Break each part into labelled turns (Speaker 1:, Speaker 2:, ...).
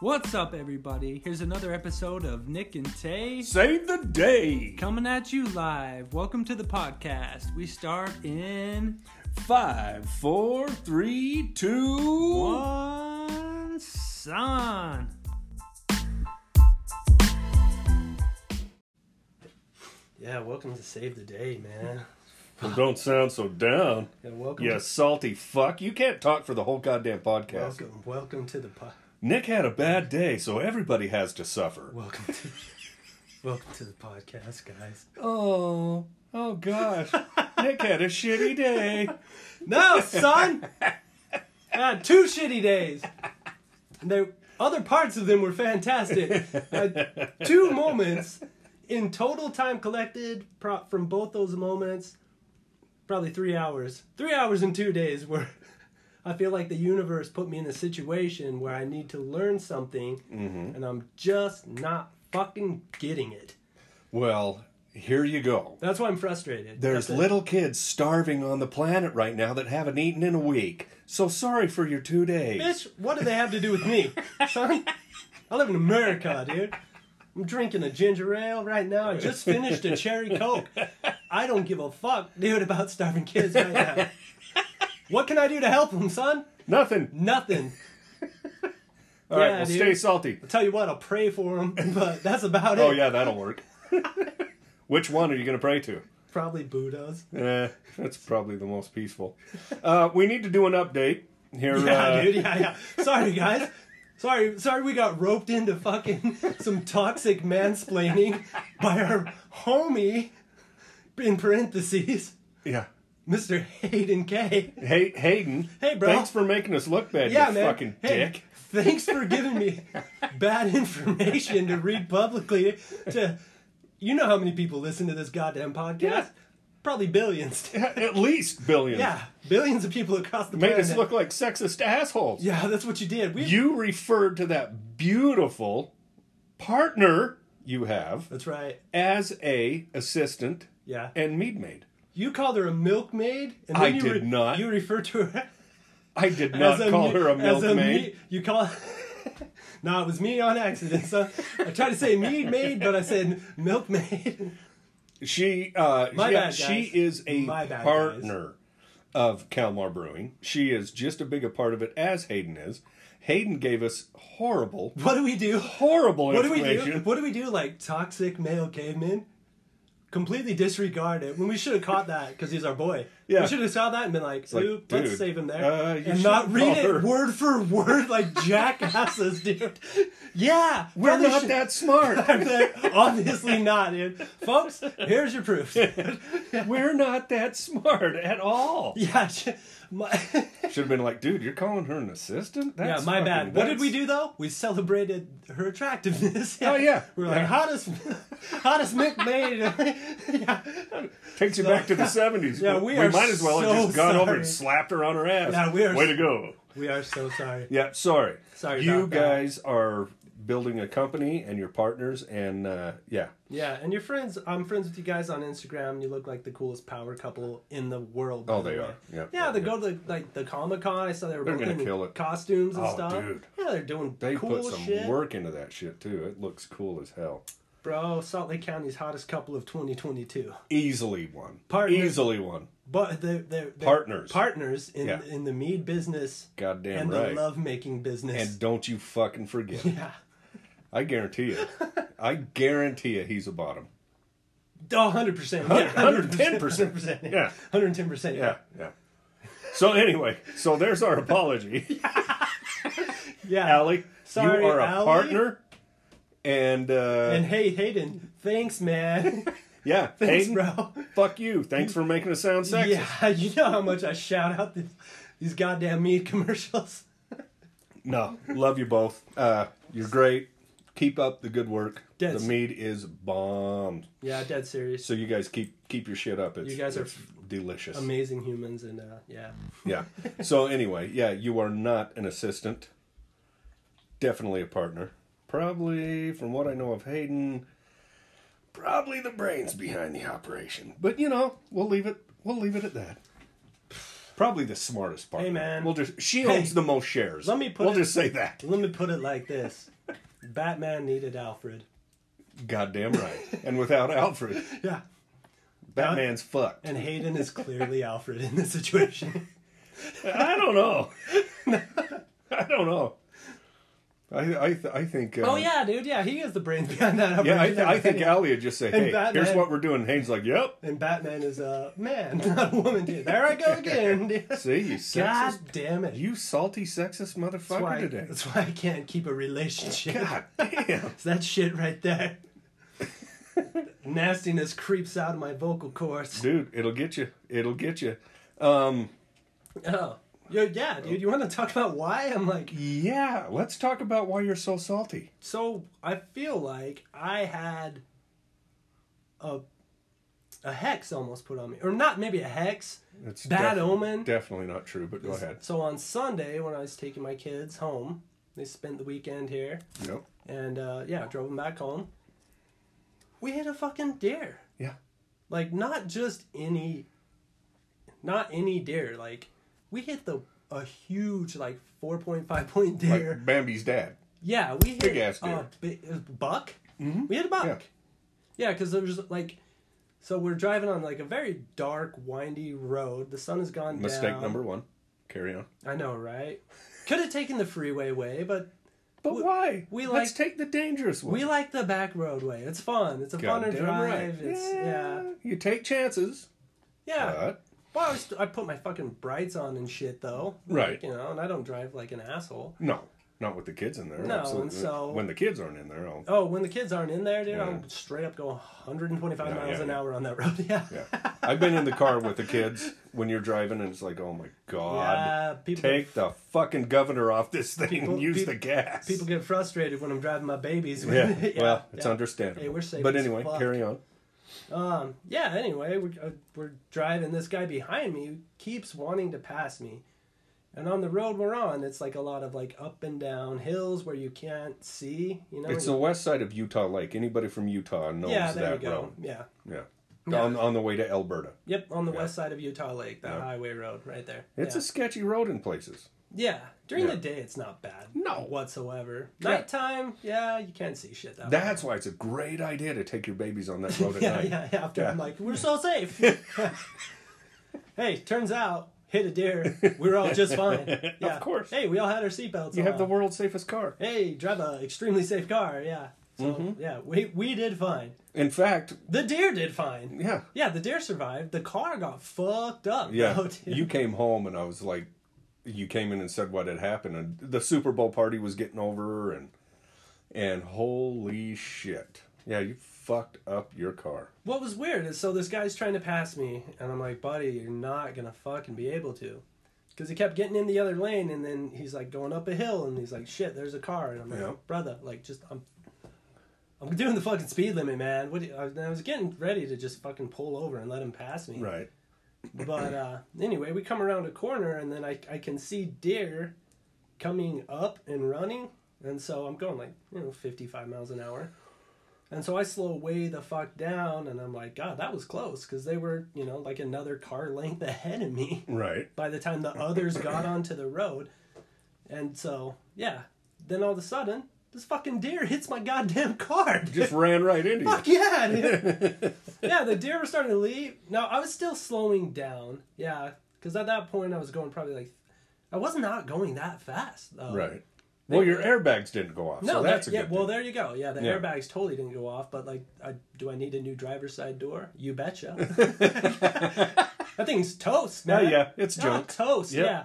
Speaker 1: What's up, everybody? Here's another episode of Nick and Tay
Speaker 2: Save the day.
Speaker 1: coming at you live. Welcome to the podcast. We start in
Speaker 2: Five, four, three, two.
Speaker 1: one son. Yeah, welcome to Save the Day, man.
Speaker 2: Well, don't sound so down.
Speaker 1: Yeah, welcome.
Speaker 2: You salty fuck. You can't talk for the whole goddamn podcast.
Speaker 1: Welcome, welcome to the po-
Speaker 2: Nick had a bad day, so everybody has to suffer.
Speaker 1: welcome to welcome to the podcast, guys.
Speaker 2: Oh, oh gosh. Nick had a shitty day.
Speaker 1: No, son. I had two shitty days. And the other parts of them were fantastic. I had two moments in total time collected pro- from both those moments, probably three hours. Three hours and two days where I feel like the universe put me in a situation where I need to learn something, and I'm just not fucking getting it.
Speaker 2: Well, here you go.
Speaker 1: That's why I'm frustrated.
Speaker 2: There's
Speaker 1: That's it.
Speaker 2: little kids starving on the planet right now that haven't eaten in a week. So sorry for your two days.
Speaker 1: Bitch, what do they have to do with me? Son, I live in America, dude. I'm drinking a ginger ale right now. I just finished a cherry coke. I don't give a fuck, dude, about starving kids right now. What can I do to help them, son?
Speaker 2: Nothing.
Speaker 1: Nothing.
Speaker 2: All right,
Speaker 1: Yeah,
Speaker 2: well,
Speaker 1: dude.
Speaker 2: stay salty.
Speaker 1: I'll tell you what, I'll pray for them, but that's about it.
Speaker 2: Oh yeah, that'll work. Which one are you going to pray to?
Speaker 1: Probably Buddhas.
Speaker 2: Eh, that's probably the most peaceful. Uh, we need to do an update here.
Speaker 1: Yeah,
Speaker 2: uh,
Speaker 1: dude. Yeah, yeah. Sorry, guys. Sorry, sorry. We got roped into fucking some toxic mansplaining by our homie, in parentheses,
Speaker 2: Yeah.
Speaker 1: Mr. Hayden K.
Speaker 2: Hey, Hayden.
Speaker 1: Hey, bro.
Speaker 2: Thanks for making us look bad.
Speaker 1: Yeah,
Speaker 2: you
Speaker 1: man.
Speaker 2: Fucking
Speaker 1: Hey,
Speaker 2: dick.
Speaker 1: Thanks for giving me bad information to read publicly. To you know how many people listen to this goddamn podcast?
Speaker 2: Yeah.
Speaker 1: Probably billions.
Speaker 2: At least billions.
Speaker 1: Yeah, billions of people across the
Speaker 2: Made
Speaker 1: planet.
Speaker 2: us look like sexist assholes.
Speaker 1: yeah, that's what you did. We.
Speaker 2: You referred to that beautiful partner you have
Speaker 1: that's right.
Speaker 2: as a assistant
Speaker 1: Yeah.
Speaker 2: and mead maid.
Speaker 1: You called her a milkmaid, and
Speaker 2: I
Speaker 1: you
Speaker 2: did not.
Speaker 1: You refer to her
Speaker 2: I did not call
Speaker 1: me-
Speaker 2: her a
Speaker 1: as
Speaker 2: milkmaid.
Speaker 1: me- you call. no, it was me on accident. So I tried to say mead maid, but I said milkmaid.
Speaker 2: She uh
Speaker 1: My
Speaker 2: yeah,
Speaker 1: bad,
Speaker 2: she
Speaker 1: guys.
Speaker 2: is a
Speaker 1: My bad,
Speaker 2: partner of Calmar Brewing. She is just as big a part of it as Hayden is. Hayden gave us horrible,
Speaker 1: what do we do?
Speaker 2: horrible
Speaker 1: What do we
Speaker 2: information.
Speaker 1: do? What do we do? Like toxic male cavemen, completely disregard it when we should have caught that because he's our boy.
Speaker 2: Yeah.
Speaker 1: we should have saw that and been like,
Speaker 2: like,
Speaker 1: "Ooh,
Speaker 2: dude,
Speaker 1: let's save him there,"
Speaker 2: uh, you
Speaker 1: and not
Speaker 2: shouldn't
Speaker 1: read
Speaker 2: call her.
Speaker 1: it word for word like jackasses, dude. Yeah,
Speaker 2: We're
Speaker 1: probably
Speaker 2: not
Speaker 1: should-
Speaker 2: that smart.
Speaker 1: I'm like, obviously not, dude. Folks, here's your proof.
Speaker 2: We're not that smart at all.
Speaker 1: yeah, sh- my,
Speaker 2: Should have been like, dude, you're calling her an assistant?
Speaker 1: yeah,
Speaker 2: That's
Speaker 1: my
Speaker 2: fucking-
Speaker 1: bad. What did
Speaker 2: that's-
Speaker 1: we do though? We celebrated her attractiveness.
Speaker 2: Oh, yeah.
Speaker 1: we're
Speaker 2: Yeah.
Speaker 1: like hottest, hottest McMaid. yeah,
Speaker 2: Takes you back to the 70s.
Speaker 1: Yeah, we are
Speaker 2: might as well have
Speaker 1: so
Speaker 2: just gone over and
Speaker 1: sorry.
Speaker 2: slapped her on her ass.
Speaker 1: Yeah, we are
Speaker 2: Way
Speaker 1: s-
Speaker 2: to go.
Speaker 1: we are so sorry.
Speaker 2: Yeah, sorry.
Speaker 1: Sorry
Speaker 2: You
Speaker 1: about that.
Speaker 2: guys are building a company and your partners, and uh, yeah,
Speaker 1: Yeah, and your friends. I'm friends with you guys on Instagram. You look like the coolest power couple in the world. by
Speaker 2: Oh,
Speaker 1: the
Speaker 2: they
Speaker 1: way.
Speaker 2: are. Yep.
Speaker 1: Yeah, they
Speaker 2: Yep.
Speaker 1: go to the, like the Comic Con. I saw they were
Speaker 2: They're
Speaker 1: both
Speaker 2: gonna
Speaker 1: in
Speaker 2: kill it.
Speaker 1: costumes and
Speaker 2: Oh,
Speaker 1: stuff.
Speaker 2: dude.
Speaker 1: Yeah, they're doing
Speaker 2: they
Speaker 1: cool
Speaker 2: put some
Speaker 1: shit.
Speaker 2: work into that shit too. It looks cool as hell.
Speaker 1: Bro, Salt Lake County's hottest couple of 2022.
Speaker 2: Easily one.
Speaker 1: Partners.
Speaker 2: Easily one.
Speaker 1: But they're, they're, they're
Speaker 2: Partners.
Speaker 1: Partners in,
Speaker 2: Yeah.
Speaker 1: in the mead business
Speaker 2: Goddamn
Speaker 1: and
Speaker 2: right.
Speaker 1: the love making business.
Speaker 2: and don't you fucking forget.
Speaker 1: yeah.
Speaker 2: I guarantee you. I guarantee you he's a bottom.
Speaker 1: Oh, 100%. Yeah,
Speaker 2: 110%.
Speaker 1: 110%.
Speaker 2: Yeah.
Speaker 1: 110%.
Speaker 2: Yeah, yeah. So anyway, so there's our apology.
Speaker 1: Yeah.
Speaker 2: Allie,
Speaker 1: Sorry,
Speaker 2: you are a
Speaker 1: Allie.
Speaker 2: partner. And uh
Speaker 1: And hey, Hayden, thanks, man.
Speaker 2: yeah,
Speaker 1: thanks,
Speaker 2: Hayden,
Speaker 1: bro.
Speaker 2: fuck you. Thanks for making us sound sexist.
Speaker 1: Yeah, you know how much I shout out these, these goddamn mead commercials.
Speaker 2: No, love you both. Uh, you're great. Keep up the good work.
Speaker 1: Dead
Speaker 2: The
Speaker 1: s-
Speaker 2: mead is bomb.
Speaker 1: Yeah, dead serious.
Speaker 2: So you guys keep keep your shit up. It's,
Speaker 1: You guys are
Speaker 2: it's delicious.
Speaker 1: Amazing humans, and uh, yeah.
Speaker 2: Yeah. So anyway, yeah, you are not an assistant. Definitely a partner. Probably, from what I know of Hayden, probably the brains behind the operation. But you know, we'll leave it. We'll leave it at that. Probably the smartest partner.
Speaker 1: man.
Speaker 2: We'll just she owns the most shares.
Speaker 1: Let me put
Speaker 2: We'll
Speaker 1: it-
Speaker 2: just say that.
Speaker 1: Let me put it like this Batman needed Alfred.
Speaker 2: Goddamn right. and without Alfred,
Speaker 1: Yeah.
Speaker 2: Batman's fucked.
Speaker 1: And Hayden is clearly Alfred in this situation.
Speaker 2: I don't know. I don't know. I I th- I think. Uh,
Speaker 1: oh, yeah, dude. Yeah, he is the brains behind that.
Speaker 2: Yeah, I,
Speaker 1: operation.
Speaker 2: th- I think Ali would just say, "Hey,
Speaker 1: Batman-
Speaker 2: here's what we're doing." Hayden's like, "Yep."
Speaker 1: And Batman is a man, not a woman, dude. There I go again, dude.
Speaker 2: See you, sexist.
Speaker 1: God damn it.
Speaker 2: You salty sexist motherfucker
Speaker 1: that's, why,
Speaker 2: today.
Speaker 1: that's why I can't keep a relationship.
Speaker 2: God damn.
Speaker 1: It's that shit right there. Nastiness creeps out of my vocal cords.
Speaker 2: Dude, it'll get you. It'll get you. Um,
Speaker 1: Oh. Yo, yeah, dude, you want to talk about why? I'm like,
Speaker 2: yeah, let's talk about why you're so salty.
Speaker 1: so I feel like I had a a hex almost put on me. Or not maybe a hex.
Speaker 2: It's
Speaker 1: Bad
Speaker 2: defi-
Speaker 1: omen.
Speaker 2: Definitely not true, but go ahead.
Speaker 1: So on Sunday when I was taking my kids home, they spent the weekend here.
Speaker 2: Yep.
Speaker 1: and uh, yeah, drove him back home. We hit a fucking deer,
Speaker 2: Yeah.
Speaker 1: like not just any, not any deer. Like we hit the a huge like four point five point
Speaker 2: Like
Speaker 1: deer.
Speaker 2: Bambi's dad.
Speaker 1: yeah, we hit
Speaker 2: ass
Speaker 1: a
Speaker 2: deer.
Speaker 1: bi- a buck. We hit a buck.
Speaker 2: Yeah.
Speaker 1: Yeah, because there was like, so we're driving on like a very dark, windy road. The sun has gone down.
Speaker 2: Mistake number one. Carry on.
Speaker 1: I know, right? Could have taken the freeway way, but
Speaker 2: But why?
Speaker 1: we
Speaker 2: let's
Speaker 1: like-
Speaker 2: take the dangerous one.
Speaker 1: we like the back roadway. It's fun. It's a funner
Speaker 2: Goddamn right.
Speaker 1: drive. It's yeah.
Speaker 2: You take chances.
Speaker 1: Yeah.
Speaker 2: But
Speaker 1: Well, I, was, I put my fucking brights on and shit though. Like,
Speaker 2: Right.
Speaker 1: you know, and I don't drive like an asshole.
Speaker 2: no, not with the kids in there.
Speaker 1: No,
Speaker 2: absolutely.
Speaker 1: and so-
Speaker 2: when the kids aren't in there, I'll,
Speaker 1: Oh, when the kids aren't in there, dude,
Speaker 2: Yeah.
Speaker 1: I'll straight up go 125
Speaker 2: Yeah,
Speaker 1: miles
Speaker 2: yeah,
Speaker 1: an
Speaker 2: yeah.
Speaker 1: hour on that road. Yeah.
Speaker 2: yeah. I've been in the car with the kids when you're driving, and it's like, oh my god,
Speaker 1: Yeah, people
Speaker 2: take the fucking governor off this thing
Speaker 1: People-
Speaker 2: and use
Speaker 1: people-
Speaker 2: the gas.
Speaker 1: people get frustrated when I'm driving my babies.
Speaker 2: yeah, well, it's
Speaker 1: yeah.
Speaker 2: understandable.
Speaker 1: Hey, we're saving
Speaker 2: but
Speaker 1: as
Speaker 2: anyway,
Speaker 1: fuck.
Speaker 2: carry on.
Speaker 1: Um, yeah, anyway, we're, uh, we're driving. This guy behind me keeps wanting to pass me. And on the road we're on, it's like a lot of like up and down hills where you can't see, you know?
Speaker 2: It's the west side of Utah Lake. Anybody from Utah knows
Speaker 1: yeah, there you
Speaker 2: that
Speaker 1: go.
Speaker 2: road.
Speaker 1: Yeah.
Speaker 2: Yeah.
Speaker 1: Yeah.
Speaker 2: On, on the way to Alberta.
Speaker 1: Yep, on the west side of Utah Lake, that highway road right there.
Speaker 2: It's
Speaker 1: yeah.
Speaker 2: a sketchy road in places.
Speaker 1: yeah. During
Speaker 2: Yeah.
Speaker 1: the day, it's not bad.
Speaker 2: No.
Speaker 1: whatsoever.
Speaker 2: Yeah.
Speaker 1: Nighttime, yeah, you can't see shit that. way.
Speaker 2: That's why it's a great idea to take your babies on that road at
Speaker 1: yeah,
Speaker 2: night.
Speaker 1: yeah, yeah. After I'm
Speaker 2: Yeah.
Speaker 1: like, we're so safe. hey, turns out hit a deer, we were all just fine. Yeah.
Speaker 2: course.
Speaker 1: Hey, we all had our seatbelts.
Speaker 2: You
Speaker 1: on.
Speaker 2: have the world's safest car.
Speaker 1: Hey, drive a extremely safe car. Yeah. So
Speaker 2: Mm-hmm.
Speaker 1: yeah, we we did fine.
Speaker 2: In fact,
Speaker 1: The deer did fine.
Speaker 2: yeah.
Speaker 1: Yeah, the deer survived. The car got fucked up.
Speaker 2: Yeah.
Speaker 1: though, Oh, dude.
Speaker 2: You came home and I was like, you came in and said what had happened, and the Super Bowl party was getting over, and and holy shit, yeah, you fucked up your car.
Speaker 1: What was weird is so this guy's trying to pass me, and I'm like, buddy, you're not gonna fucking be able to. Because he kept getting in the other lane, and then he's like going up a hill, and he's like, shit, there's a car. And I'm like,
Speaker 2: Yeah.
Speaker 1: brother, like, just, I'm. I'm doing the fucking speed limit, man. What do you, I was- I was getting ready to just fucking pull over and let him pass me.
Speaker 2: Right.
Speaker 1: But uh, anyway, we come around a corner and then I, I can see deer coming up and running. And so I'm going like, you know, 55 miles an hour. And so I slow way the fuck down and I'm like, God, that was close because they were, you know, like another car length ahead of me
Speaker 2: Right.
Speaker 1: by the time the others got onto the road. And so, yeah. Then all of a sudden, this fucking deer hits my goddamn car. dude.
Speaker 2: Just ran right into you.
Speaker 1: Fuck yeah, dude. yeah, the deer were starting to leave. No, I was still slowing down. Yeah, because at that point I was going probably like, I was not going that fast though.
Speaker 2: Right. Well, your airbags didn't go off,
Speaker 1: No,
Speaker 2: so
Speaker 1: that-
Speaker 2: that's a
Speaker 1: yeah.
Speaker 2: good
Speaker 1: Well,
Speaker 2: thing.
Speaker 1: there you go. Yeah, the
Speaker 2: Yeah.
Speaker 1: airbags totally didn't go off. But like, I, do I need a new driver's side door? You betcha. that thing's toast,
Speaker 2: Yeah,
Speaker 1: man.
Speaker 2: Oh, yeah, it's
Speaker 1: Ah,
Speaker 2: junk.
Speaker 1: toast.
Speaker 2: Yep.
Speaker 1: Yeah,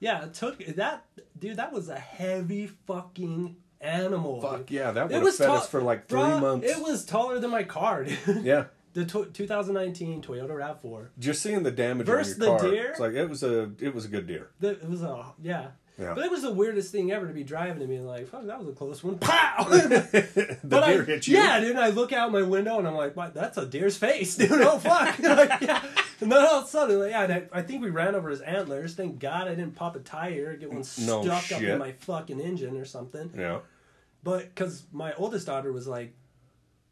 Speaker 1: yeah. It took that dude. That was a heavy fucking animal. dude.
Speaker 2: Fuck yeah, that
Speaker 1: It
Speaker 2: would have
Speaker 1: was
Speaker 2: fed
Speaker 1: tall-
Speaker 2: us for like three
Speaker 1: bruh,
Speaker 2: months.
Speaker 1: It was taller than my car, dude.
Speaker 2: yeah.
Speaker 1: The tw 2019 Toyota Rav4.
Speaker 2: Just seeing the damage
Speaker 1: Versus
Speaker 2: on
Speaker 1: the
Speaker 2: your car.
Speaker 1: deer?
Speaker 2: It's like it was a it was a good deer.
Speaker 1: The, it was a yeah.
Speaker 2: Yeah.
Speaker 1: But it was the weirdest thing ever to be driving and being like, "Fuck, that was a close one." Pow! the
Speaker 2: The deer hit you.
Speaker 1: Yeah, dude. And I look out my window and I'm like, "What? That's a deer's face, dude." Oh fuck! like, yeah. And then all of a sudden, like, yeah, and I, I think we ran over his antlers. Thank God I didn't pop a tire, get one
Speaker 2: No
Speaker 1: stuck up
Speaker 2: shit.
Speaker 1: in my fucking engine or something.
Speaker 2: Yeah.
Speaker 1: But because my oldest daughter was like,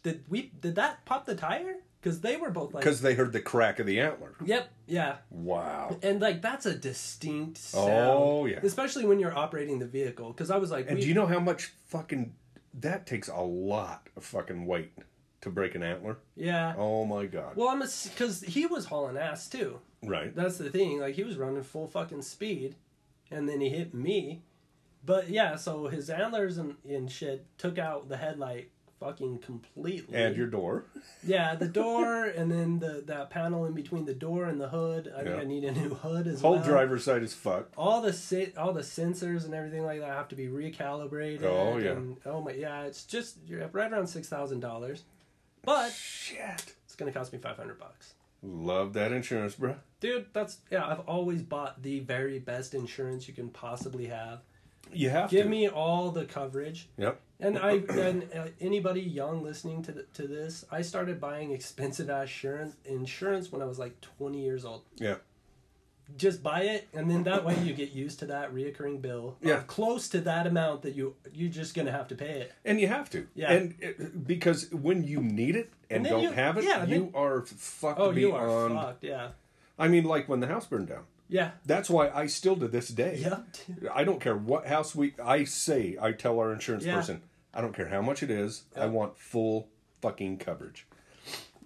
Speaker 1: "Did we? Did that pop the tire?" Because they were both like,
Speaker 2: Because they heard the crack of the antler.
Speaker 1: "Yep, yeah."
Speaker 2: Wow.
Speaker 1: And like that's a distinct sound.
Speaker 2: Oh, yeah.
Speaker 1: Especially when you're operating the vehicle, because I was like,
Speaker 2: And
Speaker 1: we-
Speaker 2: do you know how much fucking that takes a lot of fucking weight to break an antler.
Speaker 1: Yeah.
Speaker 2: Oh my god.
Speaker 1: Well, I'm because he was hauling ass too.
Speaker 2: right.
Speaker 1: That's the thing. Like he was running full fucking speed, and then he hit me. But yeah, so his antlers and, and shit took out the headlight fucking completely.
Speaker 2: and your door.
Speaker 1: yeah, the door and then the that panel in between the door and the hood. I think
Speaker 2: Yeah.
Speaker 1: I need a new hood as
Speaker 2: Whole
Speaker 1: well.
Speaker 2: driver's side is fucked.
Speaker 1: All the si- all the sensors and everything like that have to be recalibrated.
Speaker 2: Oh, yeah.
Speaker 1: and- oh my yeah, it's just you're up right around six thousand dollars, but
Speaker 2: Shit.
Speaker 1: it's gonna cost me five hundred bucks.
Speaker 2: Love that insurance, bruh.
Speaker 1: Dude, that's yeah. I've always bought the very best insurance you can possibly have.
Speaker 2: You have
Speaker 1: Give
Speaker 2: to.
Speaker 1: me all the coverage.
Speaker 2: Yep.
Speaker 1: And I and uh, anybody young listening to the, to this, I started buying expensive ass insurance insurance when I was like 20 years old.
Speaker 2: Yeah.
Speaker 1: Just buy it, and then that way you get used to that reoccurring bill. of
Speaker 2: Yeah.
Speaker 1: close to that amount that you you're just gonna have to pay it.
Speaker 2: And you have to.
Speaker 1: Yeah.
Speaker 2: And it, because when you need it and,
Speaker 1: And then
Speaker 2: don't
Speaker 1: you-
Speaker 2: have it,
Speaker 1: yeah,
Speaker 2: you
Speaker 1: then-
Speaker 2: are fucked
Speaker 1: Oh, you are
Speaker 2: beyond.
Speaker 1: fucked. Yeah,
Speaker 2: I mean, like when the house burned down.
Speaker 1: yeah,
Speaker 2: That's why I still to this day.
Speaker 1: yeah. dude.
Speaker 2: I don't care what house we. I say I tell our insurance
Speaker 1: Yeah.
Speaker 2: person. I don't care how much it is. I want full fucking coverage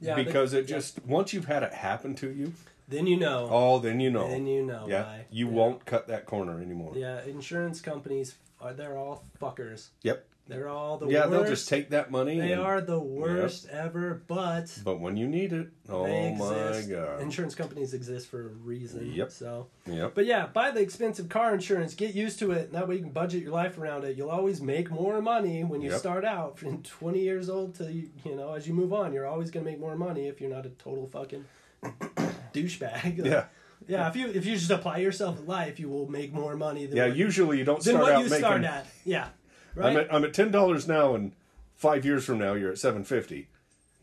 Speaker 1: yeah but
Speaker 2: because it just once you've had it happen to you,
Speaker 1: then you know.
Speaker 2: oh, then you know.
Speaker 1: Then you know
Speaker 2: Yeah,
Speaker 1: why.
Speaker 2: you
Speaker 1: Yeah.
Speaker 2: won't cut that corner anymore.
Speaker 1: Yeah, insurance companies are they're all fuckers.
Speaker 2: Yep.
Speaker 1: They're all the
Speaker 2: Yeah,
Speaker 1: worst.
Speaker 2: they'll just take that money.
Speaker 1: They
Speaker 2: and-
Speaker 1: are the worst ever, but
Speaker 2: But when you need it, oh
Speaker 1: they
Speaker 2: my
Speaker 1: exist.
Speaker 2: god.
Speaker 1: Insurance companies exist for a reason.
Speaker 2: Yep.
Speaker 1: So,
Speaker 2: Yep.
Speaker 1: but yeah, buy the expensive car insurance. Get used to it, and that way you can budget your life around it. You'll always make more money when you
Speaker 2: Yep.
Speaker 1: start out from twenty years old to you you know as you move on. You're always gonna make more money if you're not a total fucking douchebag. Like,
Speaker 2: Yeah.
Speaker 1: Yeah, if you if you just apply yourself in life, you will make more money than
Speaker 2: Yeah.
Speaker 1: what,
Speaker 2: Usually you don't
Speaker 1: than
Speaker 2: start
Speaker 1: what
Speaker 2: out
Speaker 1: you
Speaker 2: making.
Speaker 1: start at. Yeah, right.
Speaker 2: I'm at I'm at ten dollars now, and five years from now you're at seven fifty.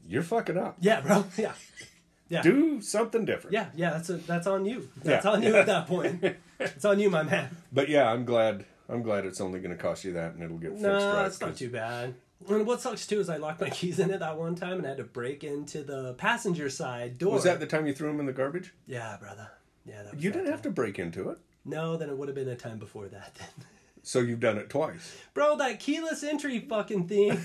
Speaker 2: You're fucking up.
Speaker 1: Yeah, bro. Yeah.
Speaker 2: Do something different.
Speaker 1: Yeah, yeah, that's a, that's on you. That's
Speaker 2: Yeah.
Speaker 1: on you at that point. it's on you, my man.
Speaker 2: But yeah, I'm glad. I'm glad it's only going to cost you that, and it'll get fixed.
Speaker 1: No,
Speaker 2: right,
Speaker 1: it's not
Speaker 2: 'cause-
Speaker 1: too bad. And what sucks too is I locked my keys in it that one time and had to break into the passenger side door.
Speaker 2: Was that the time you threw them in the garbage?
Speaker 1: Yeah, brother. Yeah, that was
Speaker 2: You
Speaker 1: that
Speaker 2: didn't
Speaker 1: time.
Speaker 2: have to break into it,
Speaker 1: No, then it would have been a time before that. Then,
Speaker 2: so you've done it twice.
Speaker 1: bro, that keyless entry fucking thing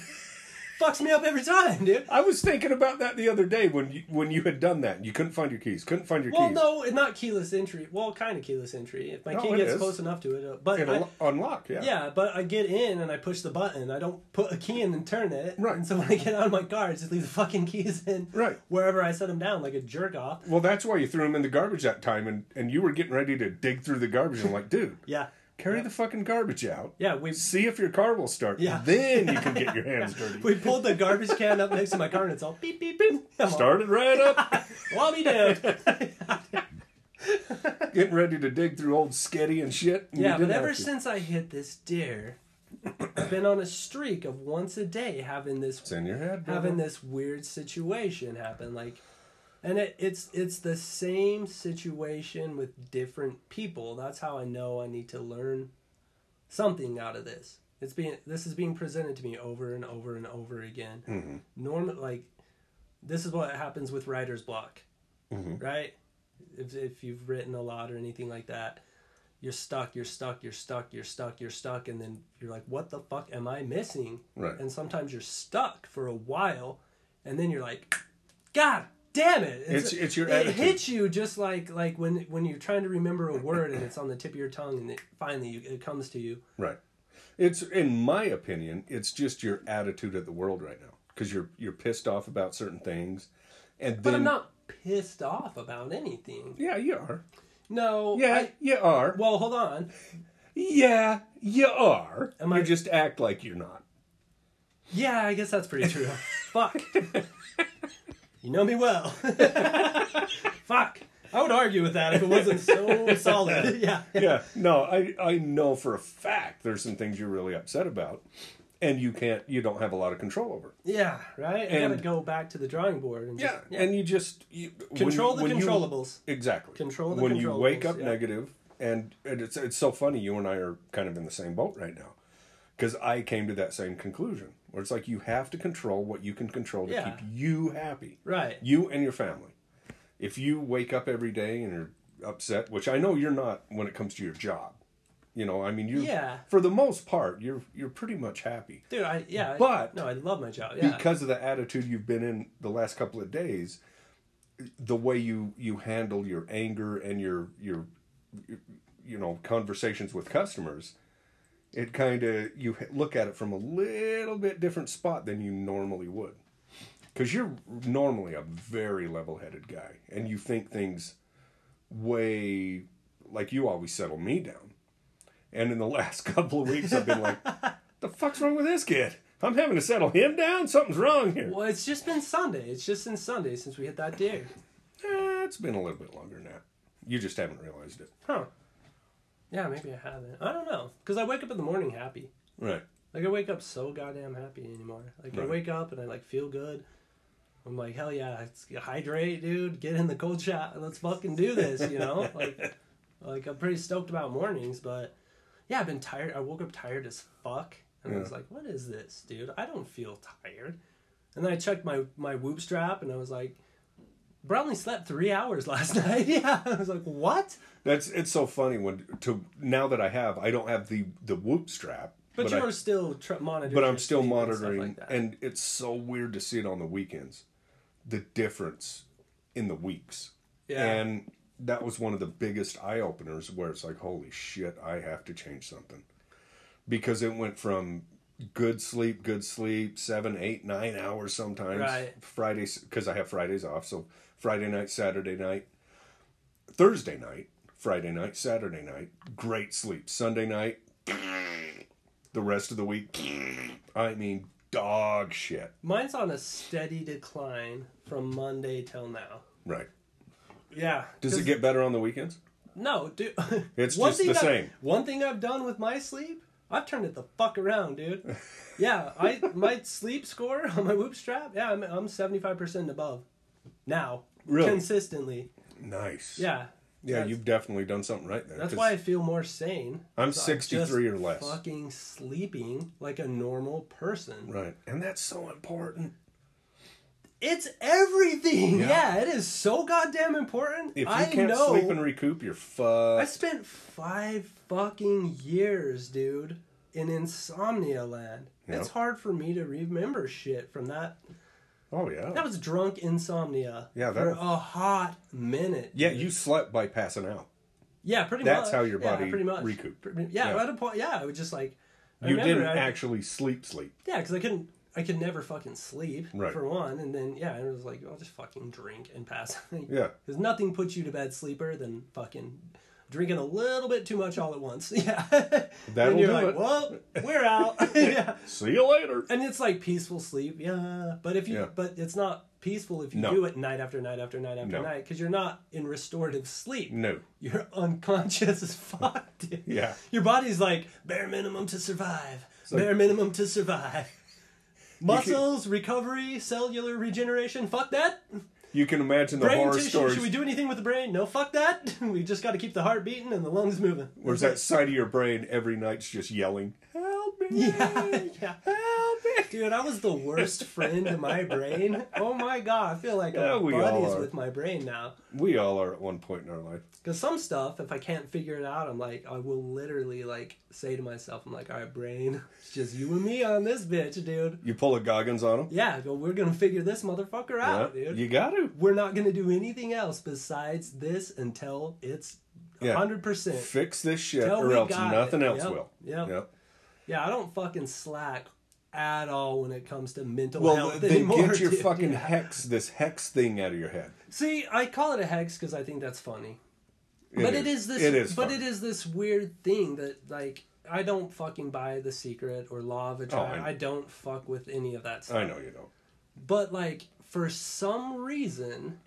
Speaker 1: fucks me up every time, dude.
Speaker 2: I was thinking about that the other day when you when you had done that. You couldn't find your keys. Couldn't find your
Speaker 1: Well,
Speaker 2: keys.
Speaker 1: no, not keyless entry. Well, kind of keyless entry. If my
Speaker 2: No,
Speaker 1: key
Speaker 2: it
Speaker 1: gets
Speaker 2: is.
Speaker 1: close enough to it, uh, but I-
Speaker 2: It'll unlock. Yeah.
Speaker 1: Yeah, but I get in and I push the button. I don't put a key in and turn it.
Speaker 2: Right.
Speaker 1: And so when I get out of my car, I just leave the fucking keys in
Speaker 2: Right.
Speaker 1: wherever I set them down, like a jerk off.
Speaker 2: Well, that's why you threw them in the garbage that time, and and you were getting ready to dig through the garbage. I'm like, dude,
Speaker 1: Yeah.
Speaker 2: carry the fucking garbage out.
Speaker 1: Yeah, we
Speaker 2: See if your car will start.
Speaker 1: Yeah.
Speaker 2: Then you can get your hands dirty.
Speaker 1: we pulled the garbage can up next to my car and it's all beep beep beep. I'm all,
Speaker 2: Started right up,
Speaker 1: Wobby dude.
Speaker 2: getting ready to dig through old sketty and shit. and you
Speaker 1: Yeah, but
Speaker 2: didn't
Speaker 1: ever
Speaker 2: have to.
Speaker 1: since I hit this deer, I've been on a streak of once a day having this
Speaker 2: It's in your head. brother.
Speaker 1: having this weird situation happen like and it, it's it's the same situation with different people that's how i know i need to learn something out of this it's being this is being presented to me over and over and over again normal like this is what happens with writer's block
Speaker 2: Mm-hmm.
Speaker 1: right if, if you've written a lot or anything like that you're stuck you're stuck you're stuck you're stuck you're stuck and then you're like what the fuck am i missing
Speaker 2: Right.
Speaker 1: and sometimes you're stuck for a while and then you're like god damn it
Speaker 2: It's- it's your
Speaker 1: it
Speaker 2: attitude.
Speaker 1: hits you just like like when when you're trying to remember a word and it's on the tip of your tongue and it finally you, it comes to you
Speaker 2: Right. It's in my opinion, it's just your attitude at the world right now because you're you're pissed off about certain things, and then
Speaker 1: but i'm not pissed off about anything
Speaker 2: yeah you are
Speaker 1: no
Speaker 2: yeah
Speaker 1: I-
Speaker 2: you are
Speaker 1: well hold on
Speaker 2: yeah you are.
Speaker 1: Am
Speaker 2: you
Speaker 1: I-
Speaker 2: just act like you're not.
Speaker 1: Yeah, I guess that's pretty true. Fuck. You know me well. Fuck. I would argue with that if it wasn't so solid. Yeah.
Speaker 2: yeah no I I know for a fact there's some things you're really upset about, and you can't you don't have a lot of control over.
Speaker 1: Yeah, right? I gotta
Speaker 2: And-
Speaker 1: go back to the drawing board and just
Speaker 2: Yeah, and you just you, when-
Speaker 1: control the
Speaker 2: when you-
Speaker 1: controllables.
Speaker 2: Exactly.
Speaker 1: Control the
Speaker 2: when you wake
Speaker 1: controllables,
Speaker 2: up
Speaker 1: yeah.
Speaker 2: negative, and, and it's it's so funny. You and I are kind of in the same boat right now, because I came to that same conclusion where it's like you have to control what you can control to
Speaker 1: Yeah.
Speaker 2: keep you happy,
Speaker 1: Right.
Speaker 2: You and your family. If you wake up every day and you're upset, which I know you're not when it comes to your job, You know, I mean, you
Speaker 1: Yeah.
Speaker 2: for the most part, you're you're pretty much happy
Speaker 1: dude. I yeah. I-
Speaker 2: But-
Speaker 1: no, I love my job. Yeah,
Speaker 2: because of the attitude you've been in the last couple of days. The way you you handle your anger and your your you know conversations with customers, it kind of you h- look at it from a little bit different spot than you normally would, because you're normally a very level-headed guy and you think things way like you always settle me down. And in the last couple of weeks, I've been like, the fuck's wrong with this kid? I'm having to settle him down. Something's wrong here.
Speaker 1: well, it's just been Sunday. It's just been Sunday since we hit that day.
Speaker 2: Eh, it's been a little bit longer than that. You just haven't realized it.
Speaker 1: Huh? Yeah, maybe I haven't. I don't know, cause I wake up in the morning happy.
Speaker 2: Right.
Speaker 1: Like I wake up so goddamn happy anymore. Like I
Speaker 2: Right.
Speaker 1: wake up and I like feel good. I'm like, hell yeah, let's get- hydrate, dude. Get in the cold shot. Let's fucking do this, you know? like, like I'm pretty stoked about mornings, but yeah, I've been tired. I woke up tired as fuck, and I was like, what is this, dude? I don't feel tired. And then I checked my my whoop strap, and I was like, bro, I only slept three hours last night. yeah, I was like, what?
Speaker 2: That's it's so funny when to now that I have I don't have the the whoop strap.
Speaker 1: But, you
Speaker 2: I-
Speaker 1: are still tr- monitoring.
Speaker 2: but
Speaker 1: your
Speaker 2: I'm still
Speaker 1: sleep and stuff
Speaker 2: monitoring,
Speaker 1: like
Speaker 2: and,
Speaker 1: that.
Speaker 2: it's so weird to see it on the weekends, the difference in the weeks.
Speaker 1: Yeah.
Speaker 2: And that was one of the biggest eye openers where it's like, holy shit, I have to change something, because it went from good sleep, good sleep, seven, eight, nine hours sometimes.
Speaker 1: Right.
Speaker 2: Fridays because I have Fridays off, so Friday night, Saturday night, Thursday night, Friday night, Saturday night, great sleep. Sunday night, the rest of the week, I mean, dog shit.
Speaker 1: Mine's on a steady decline from Monday till now.
Speaker 2: Right.
Speaker 1: Yeah.
Speaker 2: Does it get better on the weekends?
Speaker 1: No, dude.
Speaker 2: It's just
Speaker 1: thing
Speaker 2: the
Speaker 1: I've-
Speaker 2: same.
Speaker 1: One thing I've done with my sleep, I've turned it the fuck around, dude. Yeah, I my sleep score on my whoop strap, yeah, I'm I'm 75% and above now.
Speaker 2: Really?
Speaker 1: Consistently.
Speaker 2: Nice.
Speaker 1: Yeah.
Speaker 2: Yeah,
Speaker 1: That's-
Speaker 2: you've definitely done something right there.
Speaker 1: That's
Speaker 2: 'cause
Speaker 1: why I feel more sane.
Speaker 2: I'm
Speaker 1: Is
Speaker 2: 63 or less.
Speaker 1: Fucking sleeping like a normal person.
Speaker 2: Right. And that's so important.
Speaker 1: It's everything.
Speaker 2: Yeah.
Speaker 1: Yeah. it is so goddamn important.
Speaker 2: If you
Speaker 1: I
Speaker 2: can't
Speaker 1: know.
Speaker 2: sleep and recoup, you're
Speaker 1: I
Speaker 2: fucked.
Speaker 1: spent five fucking years, dude, in insomnia land.
Speaker 2: Yeah.
Speaker 1: It's hard for me to remember shit from that.
Speaker 2: Oh, yeah.
Speaker 1: That was drunk insomnia.
Speaker 2: Yeah, that
Speaker 1: for
Speaker 2: was-
Speaker 1: a hot minute.
Speaker 2: yeah,
Speaker 1: dude.
Speaker 2: you slept by passing out.
Speaker 1: yeah, pretty much.
Speaker 2: that's how your body
Speaker 1: yeah, pretty much.
Speaker 2: recouped.
Speaker 1: Pretty- Yeah,
Speaker 2: Yeah.
Speaker 1: at a point, yeah, I would just like. I
Speaker 2: You
Speaker 1: remember
Speaker 2: didn't
Speaker 1: I-
Speaker 2: actually sleep, sleep.
Speaker 1: Yeah, because I couldn't. I could never fucking sleep
Speaker 2: Right.
Speaker 1: for one, and then yeah, I was like, I'll just fucking drink and pass.
Speaker 2: Yeah.
Speaker 1: because nothing puts you to bed sleeper than fucking drinking a little bit too much all at once. Yeah,
Speaker 2: That'll
Speaker 1: and you're
Speaker 2: do
Speaker 1: like,
Speaker 2: it.
Speaker 1: well, we're out. yeah,
Speaker 2: See you later.
Speaker 1: and it's like peaceful sleep. Yeah, but if you,
Speaker 2: Yeah.
Speaker 1: but it's not peaceful if you
Speaker 2: No.
Speaker 1: do it night after night after night after
Speaker 2: No.
Speaker 1: night because you're not in restorative sleep.
Speaker 2: No.
Speaker 1: You're unconscious as fuck, dude.
Speaker 2: Yeah.
Speaker 1: Your body's like bare minimum to survive.
Speaker 2: like-
Speaker 1: bare minimum to survive. Muscles, recovery, cellular regeneration. Fuck that.
Speaker 2: You can imagine the
Speaker 1: Brain
Speaker 2: horror
Speaker 1: tissue.
Speaker 2: stories.
Speaker 1: Should we do anything with the brain? No, fuck that. we just got to keep the heart beating and the lungs moving.
Speaker 2: Where's that side of your brain every night's just yelling, Help me!
Speaker 1: Yeah, yeah.
Speaker 2: Help me!
Speaker 1: Dude, I was the worst friend to my brain. Oh my god, I feel like
Speaker 2: Yeah,
Speaker 1: I'm
Speaker 2: we all
Speaker 1: buddies
Speaker 2: are.
Speaker 1: with my brain now.
Speaker 2: We all are at one point in our life.
Speaker 1: Because some stuff, if I can't figure it out, I'm like, I will literally like say to myself, I'm like, all right, brain, it's just you and me on this bitch, dude.
Speaker 2: You pull a Goggins on him.
Speaker 1: Yeah, I go, we're gonna figure this motherfucker out, dude.
Speaker 2: You got to
Speaker 1: We're not gonna do anything else besides this until it's
Speaker 2: Yeah.
Speaker 1: hundred percent.
Speaker 2: fix this shit,
Speaker 1: Till
Speaker 2: or
Speaker 1: we
Speaker 2: else
Speaker 1: got it.
Speaker 2: nothing else
Speaker 1: Yep,
Speaker 2: will.
Speaker 1: yep.
Speaker 2: Yep.
Speaker 1: Yeah, I don't fucking slack at all when it comes to mental
Speaker 2: Well,
Speaker 1: health
Speaker 2: then
Speaker 1: anymore.
Speaker 2: get your
Speaker 1: dude.
Speaker 2: fucking hex, this hex thing out of your head.
Speaker 1: See, I call it a hex because I think that's funny. but it is this.
Speaker 2: It is.
Speaker 1: But
Speaker 2: fun.
Speaker 1: it is this weird thing that like I don't fucking buy the secret or law of attraction.
Speaker 2: Oh, I-
Speaker 1: I, don't fuck with any of that stuff.
Speaker 2: I know you don't.
Speaker 1: But like for some reason,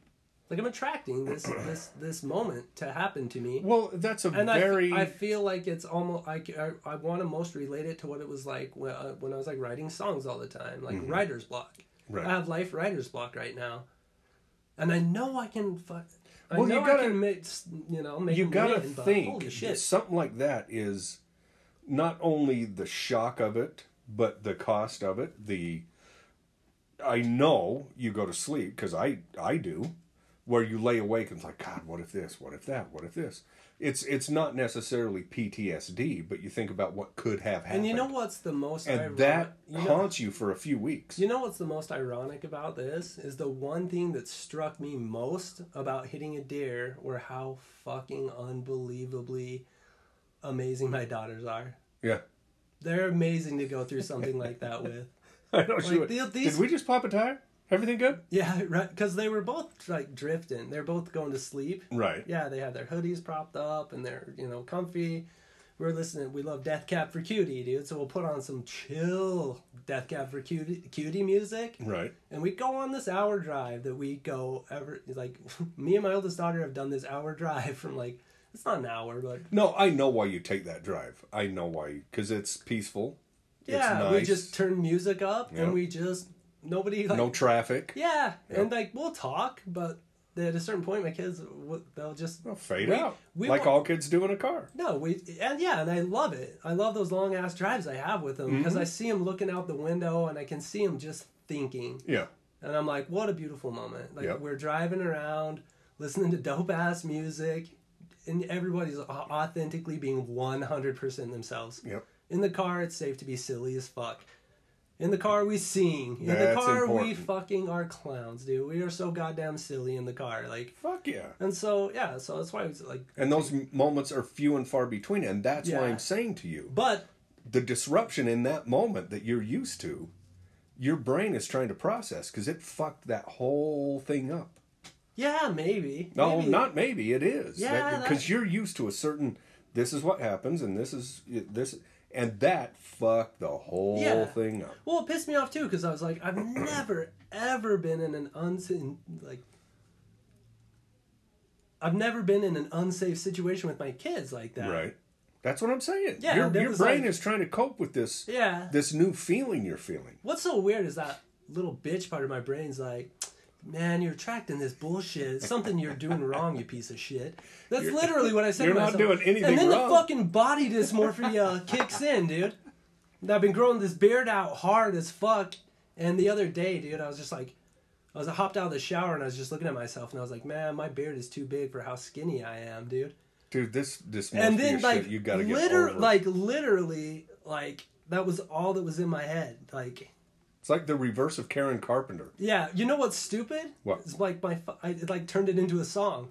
Speaker 1: like I'm attracting this this this moment to happen to me.
Speaker 2: Well, that's a
Speaker 1: And I,
Speaker 2: very.
Speaker 1: I feel like it's almost I, c- I, want to most relate it to what it was like when, uh, when I was like writing songs all the time, like writer's block.
Speaker 2: Mm-hmm. Right.
Speaker 1: I have life writer's block right now, and I know I can. Fu- I
Speaker 2: Well, you
Speaker 1: know
Speaker 2: gotta-
Speaker 1: I can make s- you know make
Speaker 2: you
Speaker 1: them
Speaker 2: gotta
Speaker 1: win, but
Speaker 2: think
Speaker 1: holy
Speaker 2: that
Speaker 1: shit.
Speaker 2: something like that is not only the shock of it but the cost of it the i know you go to sleep because i i do where you lay awake and it's like, God, what if this? What if that? What if this? It's it's not necessarily PTSD, but you think about what could have happened.
Speaker 1: And you know what's the most
Speaker 2: And
Speaker 1: ironic?
Speaker 2: that
Speaker 1: you know,
Speaker 2: haunts you for a few weeks.
Speaker 1: you know what's the most ironic about this is the one thing that struck me most about hitting a deer were how fucking unbelievably amazing my daughters are.
Speaker 2: Yeah.
Speaker 1: They're amazing to go through something like that with.
Speaker 2: I know she
Speaker 1: Like,
Speaker 2: would-
Speaker 1: the-
Speaker 2: Did
Speaker 1: these-
Speaker 2: we just pop a tire? Everything good?
Speaker 1: Yeah, right. Because they were both like drifting. They're both going to sleep.
Speaker 2: Right.
Speaker 1: Yeah, they had their hoodies propped up and they're you know comfy. We're listening. We love Death Cab for Cutie, dude. So we'll put on some chill Death Cab for Cutie, cutie music,
Speaker 2: Right.
Speaker 1: and we go on this hour drive that we go ever like. me and my oldest daughter have done this hour drive from like it's not an hour, but
Speaker 2: No, I know why you take that drive. I know why. Because it's peaceful.
Speaker 1: yeah,
Speaker 2: it's nice.
Speaker 1: we just turn music up
Speaker 2: Yeah.
Speaker 1: and we just nobody like
Speaker 2: no traffic.
Speaker 1: yeah, and like we'll talk, but at a certain point, my kids w- they'll just
Speaker 2: They'll fade
Speaker 1: We-
Speaker 2: out.
Speaker 1: we
Speaker 2: like
Speaker 1: wa-
Speaker 2: all kids do in a car.
Speaker 1: No, we and yeah, and I love it. I love those long ass drives I have with them because I see them looking out the window and I can see them just thinking,
Speaker 2: Yeah.
Speaker 1: and I'm like, what a beautiful moment! Like
Speaker 2: Yep.
Speaker 1: we're driving around, listening to dope ass music, and everybody's au- authentically being 100 percent themselves.
Speaker 2: Yep.
Speaker 1: In the car, it's safe to be silly as fuck. In the car, we sing. In the
Speaker 2: That's
Speaker 1: car, we
Speaker 2: important.
Speaker 1: fucking are clowns, dude. We are so goddamn silly in the car, like.
Speaker 2: Fuck yeah.
Speaker 1: And so yeah, so that's why it's like,
Speaker 2: And those m- moments are few and far between. And that's why
Speaker 1: Yeah.
Speaker 2: I'm saying to you
Speaker 1: but
Speaker 2: the disruption in that moment that you're used to, your brain is trying to process because it fucked that whole thing up.
Speaker 1: yeah, maybe.
Speaker 2: No,
Speaker 1: maybe.
Speaker 2: not maybe. It is.
Speaker 1: Yeah, that-
Speaker 2: Because you're used to a certain. This is what happens, and this is this, and that fucked the whole
Speaker 1: Yeah.
Speaker 2: thing up.
Speaker 1: Well, it pissed me off too because I was like, I've never ever been in an unsin like. I've never been in an unsafe situation with my kids like that.
Speaker 2: Right. That's what I'm saying.
Speaker 1: Yeah,
Speaker 2: your
Speaker 1: that
Speaker 2: your
Speaker 1: was
Speaker 2: brain
Speaker 1: like-
Speaker 2: is trying to cope with this.
Speaker 1: Yeah.
Speaker 2: This new feeling you're feeling.
Speaker 1: What's so weird is that little bitch part of my brain's like, man, you're attracting this bullshit. It's something you're doing wrong, you piece of shit. That's literally what I said.
Speaker 2: you're
Speaker 1: to
Speaker 2: not
Speaker 1: myself.
Speaker 2: doing anything
Speaker 1: And then
Speaker 2: wrong.
Speaker 1: the fucking body dysmorphia kicks in, dude. And I've been growing this beard out hard as fuck. And the other day, dude, I was just like, I was I hopped out of the shower and I was just looking at myself and I was like, man, my beard is too big for how skinny I am, dude
Speaker 2: Dude, this this
Speaker 1: and then
Speaker 2: shit
Speaker 1: like
Speaker 2: you gotta get
Speaker 1: liter-
Speaker 2: over.
Speaker 1: like literally like that was all that was in my head like
Speaker 2: it's like the reverse of Karen Carpenter.
Speaker 1: yeah you know what's stupid
Speaker 2: What?
Speaker 1: it's like my fu- I, it like turned it into a song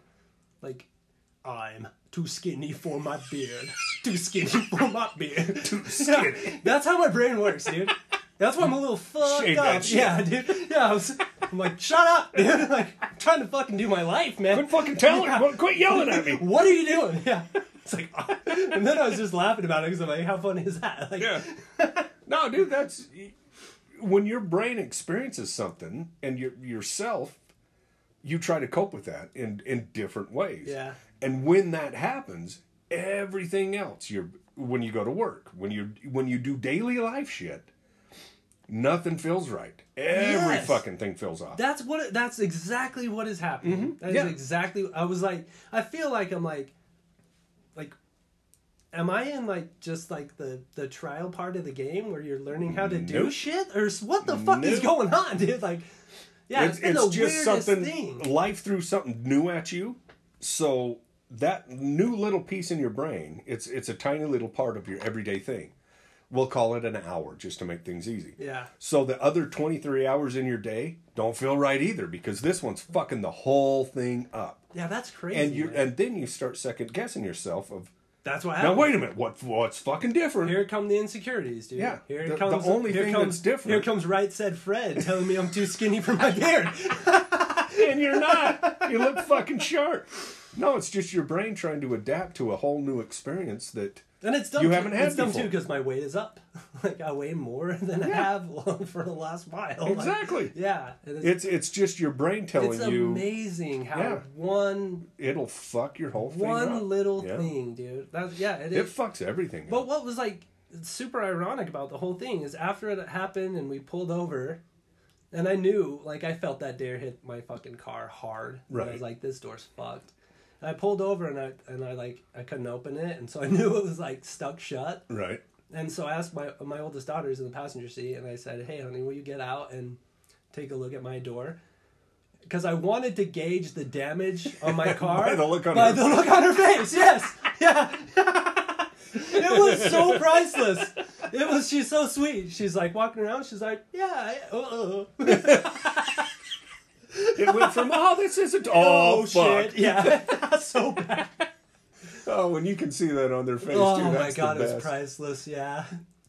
Speaker 1: like i'm too skinny for my beard too skinny for my beard too
Speaker 2: skinny.
Speaker 1: that's how my brain works dude that's why i'm a little fucked
Speaker 2: Shave that
Speaker 1: up
Speaker 2: shit.
Speaker 1: yeah dude yeah I was, i'm like shut up dude like i'm trying to fucking do my life man
Speaker 2: Quit fucking telling. Quit- Quit yelling at me.
Speaker 1: what are you doing? Yeah. It's like, and then I was just laughing about it because I'm like, how funny is that? Like,
Speaker 2: Yeah. No, dude, that's when your brain experiences something and your yourself, you try to cope with that in in different ways.
Speaker 1: Yeah.
Speaker 2: And when that happens, everything else, you're when you go to work, when you when you do daily life shit, nothing feels right. Every
Speaker 1: Yes.
Speaker 2: fucking thing feels off.
Speaker 1: That's what. it- That's exactly what is happening. That is
Speaker 2: Mm-hmm. Yeah.
Speaker 1: exactly. I was like, I feel like I'm like, like, am I in like just like the the trial part of the game where you're learning how to do
Speaker 2: Nope.
Speaker 1: shit or s- what the fuck is
Speaker 2: Nope.
Speaker 1: going on, dude? Like, yeah,
Speaker 2: it's,
Speaker 1: it's, been
Speaker 2: it's
Speaker 1: the
Speaker 2: just
Speaker 1: weirdest
Speaker 2: something
Speaker 1: thing.
Speaker 2: life threw something new at you so that new little piece in your brain it's it's a tiny little part of your everyday thing we'll call it an hour just to make things easy
Speaker 1: Yeah.
Speaker 2: so the other 23 hours in your day don't feel right either because this one's fucking the whole thing up
Speaker 1: Yeah, that's crazy.
Speaker 2: and you
Speaker 1: man.
Speaker 2: and then you start second guessing yourself of
Speaker 1: that's what
Speaker 2: now
Speaker 1: happened.
Speaker 2: wait a minute what what's fucking different
Speaker 1: Here come the insecurities, dude.
Speaker 2: Yeah,
Speaker 1: Here
Speaker 2: the- the
Speaker 1: comes
Speaker 2: only
Speaker 1: here
Speaker 2: thing
Speaker 1: comes,
Speaker 2: that's different-
Speaker 1: Here comes right said Fred telling me I'm too skinny for my beard.
Speaker 2: and you're not. You look fucking sharp. No, it's just your brain trying to adapt to a whole new experience that
Speaker 1: And it's dumb.
Speaker 2: You
Speaker 1: too-
Speaker 2: haven't had
Speaker 1: it's dumb too
Speaker 2: before.
Speaker 1: because my weight is up. Like I weigh more than I have for the last while. Like,
Speaker 2: Exactly.
Speaker 1: yeah. and It's,
Speaker 2: it's it's just your brain telling
Speaker 1: it's
Speaker 2: you
Speaker 1: amazing how
Speaker 2: Yeah.
Speaker 1: one
Speaker 2: it'll fuck your whole thing. up.
Speaker 1: one little
Speaker 2: Yeah.
Speaker 1: thing, dude. That's yeah. It
Speaker 2: It
Speaker 1: is.
Speaker 2: fucks everything.
Speaker 1: But
Speaker 2: up.
Speaker 1: what was like super ironic about the whole thing is after it happened and we pulled over, and I knew like I felt that dare hit my fucking car hard. And I
Speaker 2: Right.
Speaker 1: was like, this door's fucked. And I pulled over and I and I like I couldn't open it, and so I knew it was like stuck shut.
Speaker 2: Right.
Speaker 1: And so I asked my my oldest daughter's in the passenger seat, and I said, "Hey, honey, will you get out and take a look at my door?" because I wanted to gauge the damage on my car
Speaker 2: By the look on
Speaker 1: by
Speaker 2: her-
Speaker 1: the look on her face. Yes, yeah. it was so priceless. It was. She's so sweet. She's like walking around. She's like, yeah. I, oh, oh.
Speaker 2: It went from oh this isn't oh, fuck
Speaker 1: shit. Yeah, so bad.
Speaker 2: oh and you can see that on their face
Speaker 1: Oh
Speaker 2: too.
Speaker 1: my
Speaker 2: That's
Speaker 1: god,
Speaker 2: the
Speaker 1: it was
Speaker 2: best.
Speaker 1: priceless. Yeah.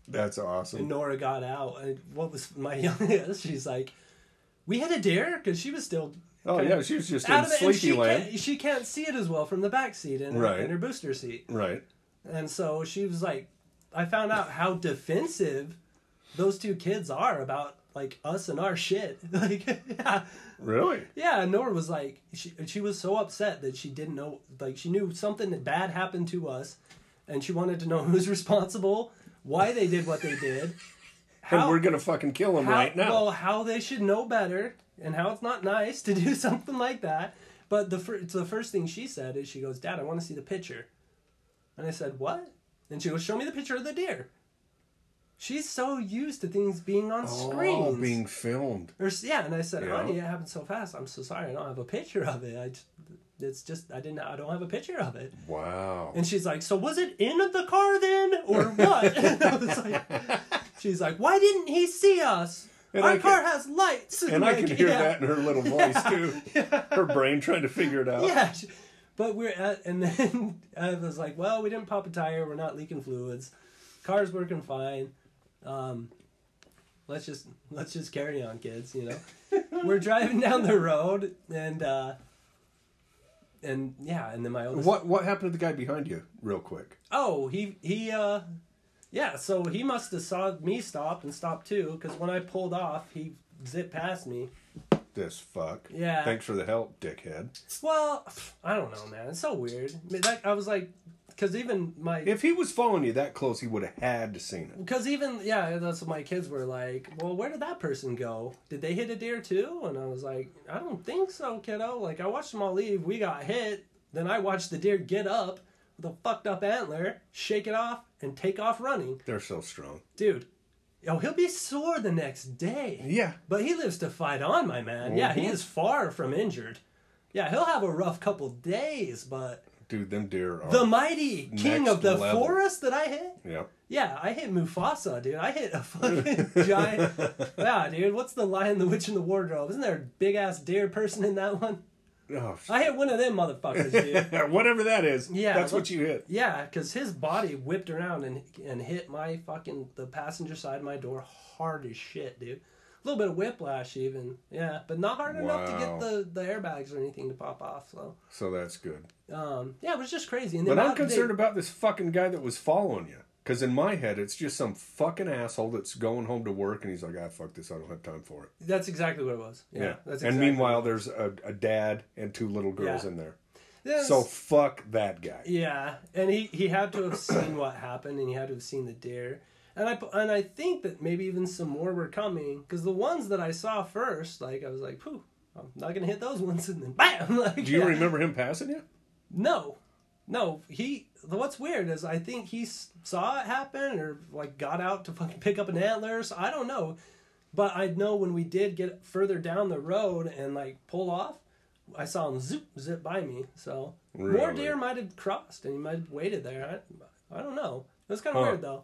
Speaker 2: That's awesome.
Speaker 1: Nora got out, and what was my youngest? She's like, "We had a deer because she was still
Speaker 2: Oh yeah, she was just in
Speaker 1: out of it, and
Speaker 2: sleepy
Speaker 1: she
Speaker 2: land.
Speaker 1: can't, e-, she can't see it as well from the back seat and
Speaker 2: Right.
Speaker 1: in her booster seat."
Speaker 2: Right.
Speaker 1: And so she was like, "I found out how defensive those two kids are about like us and our shit." Like, yeah,
Speaker 2: Really?
Speaker 1: yeah. And Nora was like, she she was so upset that she didn't know, like, she knew something bad happened to us, and she wanted to know who's responsible, why they did what they did.
Speaker 2: and we're gonna fucking kill them
Speaker 1: how-
Speaker 2: right now.
Speaker 1: Well, how they should know better, and how it's not nice to do something like that. But the fir- so the first thing she said is, she goes, "Dad, I want to see the picture." And I said, "What?" And she goes, "Show me the picture of the deer." She's so used to things being on
Speaker 2: all
Speaker 1: screens.
Speaker 2: Oh, being filmed.
Speaker 1: Or s- yeah, and I said,
Speaker 2: Yeah.
Speaker 1: "Honey, it happened so fast. I'm so sorry. I don't have a picture of it. I, j- it's just I didn't. I don't have a picture of it."
Speaker 2: Wow.
Speaker 1: And she's like, "So was it in the car then, or what?" And I was like, "She's like, why didn't he see us?
Speaker 2: And
Speaker 1: Our
Speaker 2: I
Speaker 1: car has lights."
Speaker 2: And I
Speaker 1: Like,
Speaker 2: can hear
Speaker 1: yeah.
Speaker 2: that in her little voice too. Her brain trying to figure it out.
Speaker 1: Yeah, she- but we're at, and then I was like, "Well, we didn't pop a tire. We're not leaking fluids. Car's working fine. Um, let's just let's just carry on, kids. You know, we're driving down the road, and uh, and yeah, and then my oldest
Speaker 2: What what happened to the guy behind you, real quick?
Speaker 1: Oh, he he uh yeah, so he must have saw me stop and stop too cuz when I pulled off, he zipped past me.
Speaker 2: This fuck.
Speaker 1: Yeah.
Speaker 2: Thanks for the help, dickhead.
Speaker 1: Well, I don't know, man. It's so weird. I mean, like I was like cuz even my
Speaker 2: If he was following you that close, he would have had to seen it.
Speaker 1: cuz even yeah, that's what my kids were like, "Well, where did that person go? Did they hit a deer too?" And I was like, "I don't think so, kiddo. Like I watched them all leave. We got hit. Then I watched the deer get up with a fucked up antler, shake it off and take off running."
Speaker 2: They're so strong.
Speaker 1: dude. Oh, he'll be sore the next day.
Speaker 2: Yeah.
Speaker 1: But he lives to fight on, my man. Yeah, he
Speaker 2: Mhm.
Speaker 1: is far from injured. Yeah, he'll have a rough couple days, but
Speaker 2: Dude, them deer are.
Speaker 1: the mighty king
Speaker 2: Next
Speaker 1: of the
Speaker 2: level.
Speaker 1: forest that I hit.
Speaker 2: yeah.
Speaker 1: Yeah, I hit Mufasa, dude. I hit a fucking giant. Yeah, dude. What's the Lion, the Witch, and the Wardrobe? Isn't there a big ass deer person in that one?
Speaker 2: Oh, sh-
Speaker 1: I hit one of them motherfuckers, dude.
Speaker 2: Whatever that is.
Speaker 1: Yeah,
Speaker 2: That's
Speaker 1: look-
Speaker 2: what you hit.
Speaker 1: Yeah, because his body whipped around and and hit my fucking the passenger side of my door hard as shit, dude. A little bit of whiplash even, yeah, but not hard enough to
Speaker 2: Wow.
Speaker 1: get the the airbags or anything to pop off. So,
Speaker 2: So that's good.
Speaker 1: um, yeah, it was just crazy. And then
Speaker 2: But I'm
Speaker 1: out- they-
Speaker 2: concerned about this fucking guy that was following you. Because in my head, it's just some fucking asshole that's going home to work and he's like, ah, fuck this. I don't have time for it.
Speaker 1: that's exactly what it was. Yeah, that's exactly.
Speaker 2: and meanwhile, there's a, a dad and two little girls
Speaker 1: Yeah.
Speaker 2: in there.
Speaker 1: Yeah,
Speaker 2: So fuck that guy.
Speaker 1: Yeah, and he, he had to have seen what happened, and he had to have seen the deer, and I pu- and I think that maybe even some more were coming because the ones that I saw first, like I was like, "Phew, I'm not gonna hit those ones," and then bam! Like,
Speaker 2: Do you
Speaker 1: yeah.
Speaker 2: remember him passing you?
Speaker 1: No, no. He. What's weird is I think he s- saw it happen or like got out to fucking pick up an antler. So I don't know, but I know when we did get further down the road and like pull off, I saw him zip zip by me. So more
Speaker 2: Really?
Speaker 1: deer might have crossed and he might have waited there. I, I don't know. It was kind of
Speaker 2: Huh.
Speaker 1: weird though.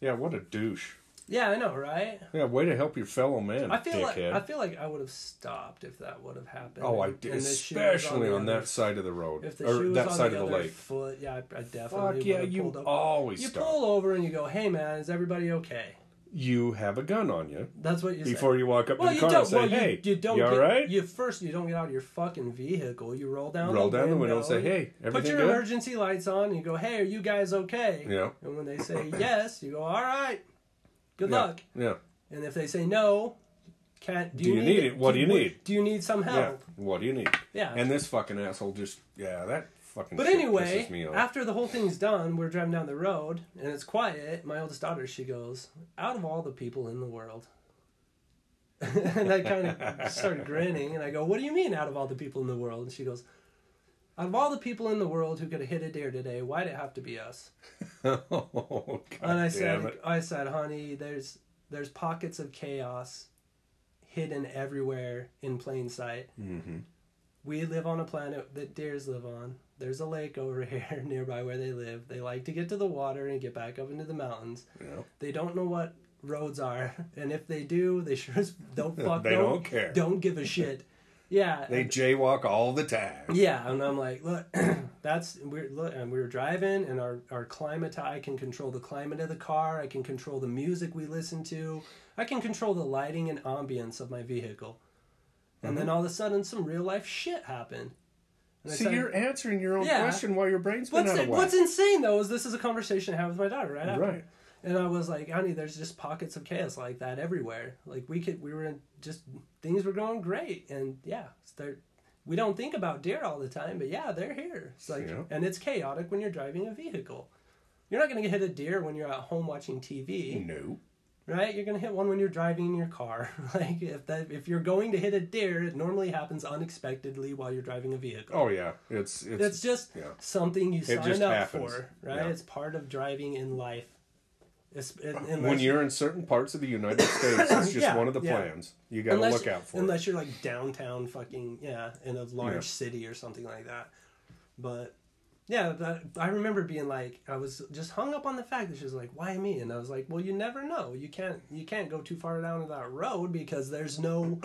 Speaker 2: Yeah, what a douche.
Speaker 1: Yeah, I know, right?
Speaker 2: Yeah, way to help your fellow man,
Speaker 1: I feel like
Speaker 2: dickhead.
Speaker 1: I feel like I would have stopped if that would have happened.
Speaker 2: oh, I
Speaker 1: and-
Speaker 2: did,
Speaker 1: and the shoe was on
Speaker 2: especially
Speaker 1: the
Speaker 2: on, that
Speaker 1: other-
Speaker 2: side of the road
Speaker 1: If the shoe
Speaker 2: or
Speaker 1: was
Speaker 2: that
Speaker 1: on
Speaker 2: side
Speaker 1: the
Speaker 2: of the
Speaker 1: other
Speaker 2: lake.
Speaker 1: Foot, yeah, I, I definitely
Speaker 2: Fuck
Speaker 1: would
Speaker 2: yeah,
Speaker 1: have
Speaker 2: you
Speaker 1: pulled up.
Speaker 2: always
Speaker 1: You
Speaker 2: stop.
Speaker 1: pull over and you go, "Hey man, is everybody okay?"
Speaker 2: You have a gun on you
Speaker 1: That's what you say.
Speaker 2: before you walk up
Speaker 1: well,
Speaker 2: to
Speaker 1: you
Speaker 2: the car
Speaker 1: don't.
Speaker 2: and say,
Speaker 1: well, you,
Speaker 2: "Hey,
Speaker 1: you don't.
Speaker 2: you
Speaker 1: get,
Speaker 2: all right?"
Speaker 1: You first, you don't get out of your fucking vehicle. You roll down.
Speaker 2: Roll
Speaker 1: the
Speaker 2: down the
Speaker 1: window
Speaker 2: window and say, "Hey,
Speaker 1: Put
Speaker 2: everything
Speaker 1: your
Speaker 2: good?"
Speaker 1: emergency lights on. and You go, "Hey, are you guys okay?"
Speaker 2: Yeah.
Speaker 1: And when they say yes, you go, "All right, good
Speaker 2: Yeah,
Speaker 1: luck."
Speaker 2: Yeah.
Speaker 1: And if they say no, can't. Do,
Speaker 2: Do you need it? What do you need?
Speaker 1: Do you need some
Speaker 2: Yeah.
Speaker 1: help?
Speaker 2: What do you need?
Speaker 1: Yeah.
Speaker 2: And this fucking asshole just yeah, that fucking
Speaker 1: But
Speaker 2: shit
Speaker 1: anyway,
Speaker 2: pisses me off.
Speaker 1: after the whole thing's done, we're driving down the road and it's quiet. My oldest daughter, she goes, "Out of all the people in the world," and I kind of started grinning. And I go, "What do you mean, out of all the people in the world?" And she goes, "Out of all the people in the world who could have hit a deer today, why'd it have to be us?"
Speaker 2: oh, God
Speaker 1: and I
Speaker 2: damn
Speaker 1: said,
Speaker 2: it.
Speaker 1: "I said, honey, there's there's pockets of chaos hidden everywhere in plain sight.
Speaker 2: Mm-hmm.
Speaker 1: We live on a planet that deers live on. There's a lake over here nearby where they live. They like to get to the water and get back up into the mountains.
Speaker 2: Yeah.
Speaker 1: They don't know what roads are, and if they do, they sure as don't fuck.
Speaker 2: They don't care.
Speaker 1: Don't give a shit. Yeah.
Speaker 2: They jaywalk all the time.
Speaker 1: Yeah, and I'm like, look, that's we're look, and we were driving, and our our climate. I can control the climate of the car. I can control the music we listen to. I can control the lighting and ambience of my vehicle. And then all of a sudden, some real life shit happened. And I
Speaker 2: See,
Speaker 1: said-
Speaker 2: you're answering your own
Speaker 1: Yeah.
Speaker 2: question while your brain's been
Speaker 1: what's
Speaker 2: out of whack.
Speaker 1: what's insane though is this is a conversation I have with my daughter right after.
Speaker 2: Right.
Speaker 1: And I was like, honey, there's just pockets of chaos like that everywhere. Like we could, we were in just things were going great, and yeah, they're, we don't think about deer all the time, but yeah, they're here. It's like,
Speaker 2: Yeah.
Speaker 1: and it's chaotic when you're driving a vehicle. You're not gonna get hit a deer when you're at home watching TV,
Speaker 2: No.
Speaker 1: right? You're gonna hit one when you're driving in your car. like if that, if you're going to hit a deer, it normally happens unexpectedly while you're driving a vehicle.
Speaker 2: Oh yeah, it's it's,
Speaker 1: It's just
Speaker 2: yeah.
Speaker 1: something you sign
Speaker 2: just
Speaker 1: up
Speaker 2: happens.
Speaker 1: for, right?
Speaker 2: Yeah. Uh,
Speaker 1: It's part of driving in life. It's, un- unless,
Speaker 2: when you're in certain parts of the United States, it's just
Speaker 1: Yeah,
Speaker 2: one of the
Speaker 1: yeah.
Speaker 2: plans. You got to
Speaker 1: unless-
Speaker 2: look out for.
Speaker 1: Unless you're like downtown, fucking yeah, in a large
Speaker 2: Yeah.
Speaker 1: city or something like that. But yeah, that, I remember being like, I was just hung up on the fact that she was like, "Why me?" And I was like, "Well, you never know. You can't, you can't go too far down that road because there's no,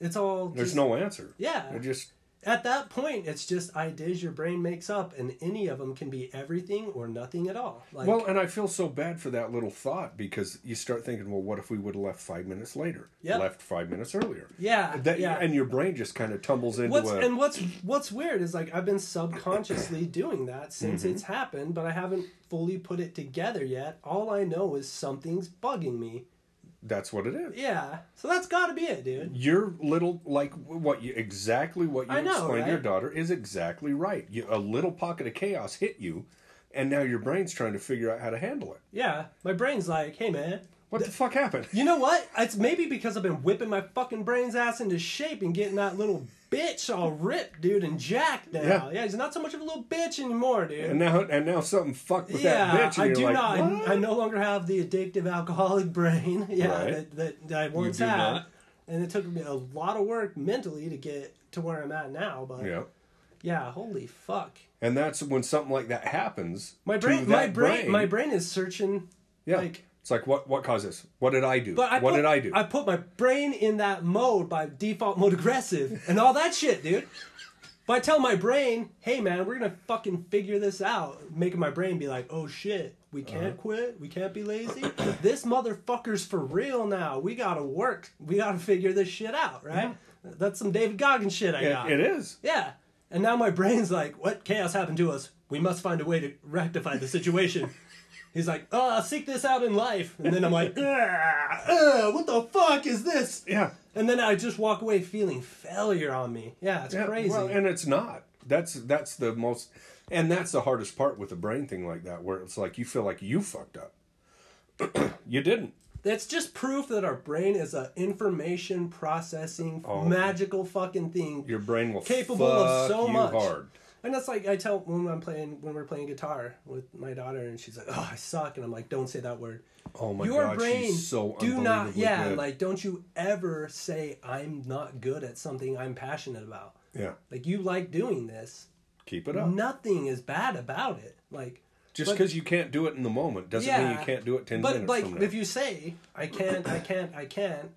Speaker 1: it's all
Speaker 2: it. There's
Speaker 1: just-
Speaker 2: no answer.
Speaker 1: yeah,
Speaker 2: It just
Speaker 1: at that point, it's just ideas your brain makes up, and any of them can be everything or nothing at all. Like,
Speaker 2: well, and I feel so bad for that little thought because you start thinking, well, what if we would have left five minutes later?
Speaker 1: Yeah.
Speaker 2: Left five minutes earlier.
Speaker 1: yeah,
Speaker 2: That,
Speaker 1: yeah.
Speaker 2: And your brain just kind of tumbles into
Speaker 1: what's
Speaker 2: a.
Speaker 1: and what's what's weird is like I've been subconsciously doing that since
Speaker 2: Mm-hmm.
Speaker 1: it's happened, but I haven't fully put it together yet. All I know is something's bugging me.
Speaker 2: that's what it is.
Speaker 1: Yeah, so that's got to be it, dude.
Speaker 2: Your little like what you exactly what you
Speaker 1: I know,
Speaker 2: explained to your
Speaker 1: right?
Speaker 2: daughter is exactly right. You, a little pocket of chaos hit you, and now your brain's trying to figure out how to handle it.
Speaker 1: Yeah, my brain's like, hey man,
Speaker 2: What the fuck happened?
Speaker 1: You know what? It's maybe because I've been whipping my fucking brains ass into shape and getting that little bitch all ripped, dude, and jacked now.
Speaker 2: Yeah.
Speaker 1: Yeah, he's not so much of a little bitch anymore, dude.
Speaker 2: And now and now something fucked with
Speaker 1: yeah,
Speaker 2: that bitch, and
Speaker 1: I
Speaker 2: you're
Speaker 1: do
Speaker 2: like,
Speaker 1: not.
Speaker 2: "What?"
Speaker 1: I no longer have the addictive alcoholic brain. Yeah,
Speaker 2: Right.
Speaker 1: that, that, that I once
Speaker 2: do
Speaker 1: had.
Speaker 2: not.
Speaker 1: And it took me a lot of work mentally to get to where I'm at now. But yeah,
Speaker 2: Yeah.
Speaker 1: holy fuck.
Speaker 2: And that's when something like that happens.
Speaker 1: My
Speaker 2: to
Speaker 1: brain, my
Speaker 2: that
Speaker 1: brain, my brain is searching.
Speaker 2: Yeah.
Speaker 1: like-
Speaker 2: it's like what what caused this? What did I do?
Speaker 1: But I
Speaker 2: what
Speaker 1: put,
Speaker 2: did I do?
Speaker 1: I put my brain in that mode by default mode aggressive and all that shit, dude. But I tell my brain, hey man, we're gonna fucking figure this out, making my brain be like, oh shit, we can't
Speaker 2: Uh-huh.
Speaker 1: quit, we can't be lazy. this motherfucker's for real now. We gotta work, we gotta figure this shit out, right?
Speaker 2: Mm-hmm.
Speaker 1: That's some David Goggins shit I
Speaker 2: It-
Speaker 1: got.
Speaker 2: it is.
Speaker 1: Yeah. And now my brain's like, what chaos happened to us? We must find a way to rectify the situation. He's like, oh, I'll seek this out in life. And then I'm like, "Ah, ah, what the fuck is this?
Speaker 2: Yeah.
Speaker 1: And then I just walk away feeling failure on me. Yeah, it's
Speaker 2: Yeah,
Speaker 1: crazy.
Speaker 2: Well, and it's not. That's that's the most, and that's the hardest part with a brain thing like that, where it's like you feel like you fucked up. you didn't.
Speaker 1: That's just proof that our brain is a information processing
Speaker 2: Oh.
Speaker 1: magical fucking thing.
Speaker 2: Your brain will
Speaker 1: Capable of
Speaker 2: fuck
Speaker 1: so
Speaker 2: you
Speaker 1: much.
Speaker 2: hard.
Speaker 1: And that's like I tell when I'm playing when we're playing guitar with my daughter, and she's like, "Oh, I suck," and I'm like, "Don't say that word."
Speaker 2: Oh my
Speaker 1: Your
Speaker 2: god,
Speaker 1: brain,
Speaker 2: she's so
Speaker 1: do not,
Speaker 2: unbelievably
Speaker 1: yeah,
Speaker 2: good.
Speaker 1: like don't you ever say I'm not good at something I'm passionate about.
Speaker 2: yeah.
Speaker 1: Like you like doing this.
Speaker 2: Keep it up.
Speaker 1: Nothing is bad about it. Like,
Speaker 2: Just
Speaker 1: but-
Speaker 2: because you can't do it in the moment doesn't mean
Speaker 1: Yeah,
Speaker 2: you can't do it ten
Speaker 1: but
Speaker 2: minutes
Speaker 1: like
Speaker 2: from now.
Speaker 1: if you say I can't, I can't, I can't,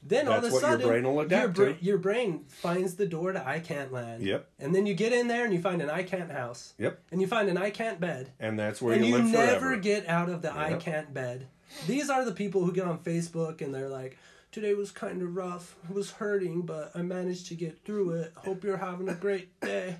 Speaker 1: then all
Speaker 2: That's
Speaker 1: of a
Speaker 2: what your
Speaker 1: sudden
Speaker 2: brain will
Speaker 1: your,
Speaker 2: adapt
Speaker 1: bra-
Speaker 2: to.
Speaker 1: your brain finds the door to I can't land.
Speaker 2: Yep.
Speaker 1: And then you get in there and you find an I can't house.
Speaker 2: Yep.
Speaker 1: And you find an I can't bed.
Speaker 2: and that's where
Speaker 1: and
Speaker 2: you,
Speaker 1: you
Speaker 2: live
Speaker 1: never
Speaker 2: forever.
Speaker 1: get out of the I
Speaker 2: Yep.
Speaker 1: can't bed. These are the people who get on Facebook and they're like, "Today was kind of rough. It was hurting, but I managed to get through it. Hope you're having a great day."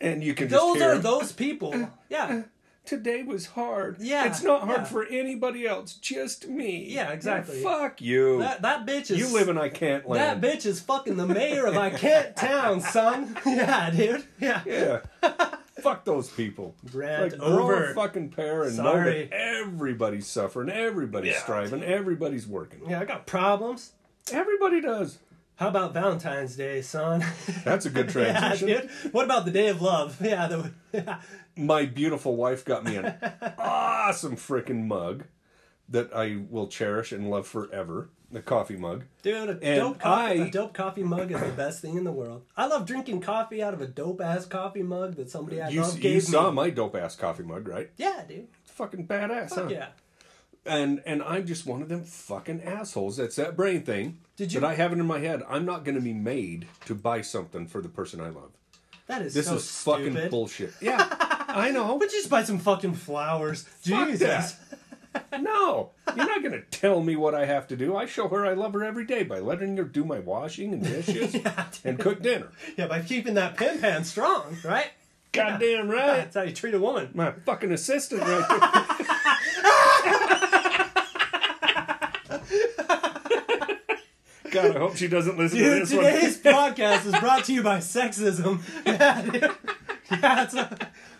Speaker 2: and you can just
Speaker 1: Those
Speaker 2: hear
Speaker 1: are those people. Yeah,
Speaker 2: today was hard.
Speaker 1: Yeah,
Speaker 2: It's not hard
Speaker 1: yeah.
Speaker 2: for anybody else, just me.
Speaker 1: Yeah, exactly.
Speaker 2: fuck you.
Speaker 1: that that bitch is
Speaker 2: you live in I can't
Speaker 1: that
Speaker 2: land.
Speaker 1: bitch is fucking the mayor of I can't town, son. Yeah, dude. Yeah.
Speaker 2: Yeah. Fuck those people.
Speaker 1: Rant
Speaker 2: like, grow
Speaker 1: over.
Speaker 2: a fucking pair and know
Speaker 1: Sorry.
Speaker 2: that everybody's suffering, everybody's striving, everybody's working.
Speaker 1: Yeah, I got problems.
Speaker 2: Everybody does.
Speaker 1: How about Valentine's Day, son?
Speaker 2: That's a good
Speaker 1: yeah, dude.
Speaker 2: transition.
Speaker 1: What about the day of love? Yeah, the, yeah.
Speaker 2: My beautiful wife got me an awesome freaking mug that I will cherish and love forever. The coffee mug.
Speaker 1: Dude, a
Speaker 2: And
Speaker 1: dope, coffee,
Speaker 2: I-
Speaker 1: a dope coffee mug is the best thing in the world. I love drinking coffee out of a dope ass coffee mug that somebody I
Speaker 2: You,
Speaker 1: love gave
Speaker 2: you saw
Speaker 1: me.
Speaker 2: my dope ass coffee mug, right?
Speaker 1: Yeah, dude.
Speaker 2: It's fucking badass, huh?
Speaker 1: Fuck yeah.
Speaker 2: And and I'm just one of them fucking assholes. That's that brain thing
Speaker 1: Did you-
Speaker 2: that I have it in my head. I'm not going to be made to buy something for the person I love.
Speaker 1: That is
Speaker 2: This
Speaker 1: so
Speaker 2: is
Speaker 1: stupid.
Speaker 2: fucking bullshit. Yeah, I know.
Speaker 1: But just buy some fucking flowers.
Speaker 2: Fuck
Speaker 1: Jesus.
Speaker 2: that. No, you're not going to tell me what I have to do. I show her I love her every day by letting her do my washing and dishes and cook dinner.
Speaker 1: Yeah, by keeping that pin pan strong, right?
Speaker 2: Goddamn right.
Speaker 1: That's how you treat a woman.
Speaker 2: My fucking assistant right there. God, I hope she doesn't listen to
Speaker 1: Dude,
Speaker 2: this one.
Speaker 1: today's podcast is brought to you by sexism. Yeah, dude. yeah it's a,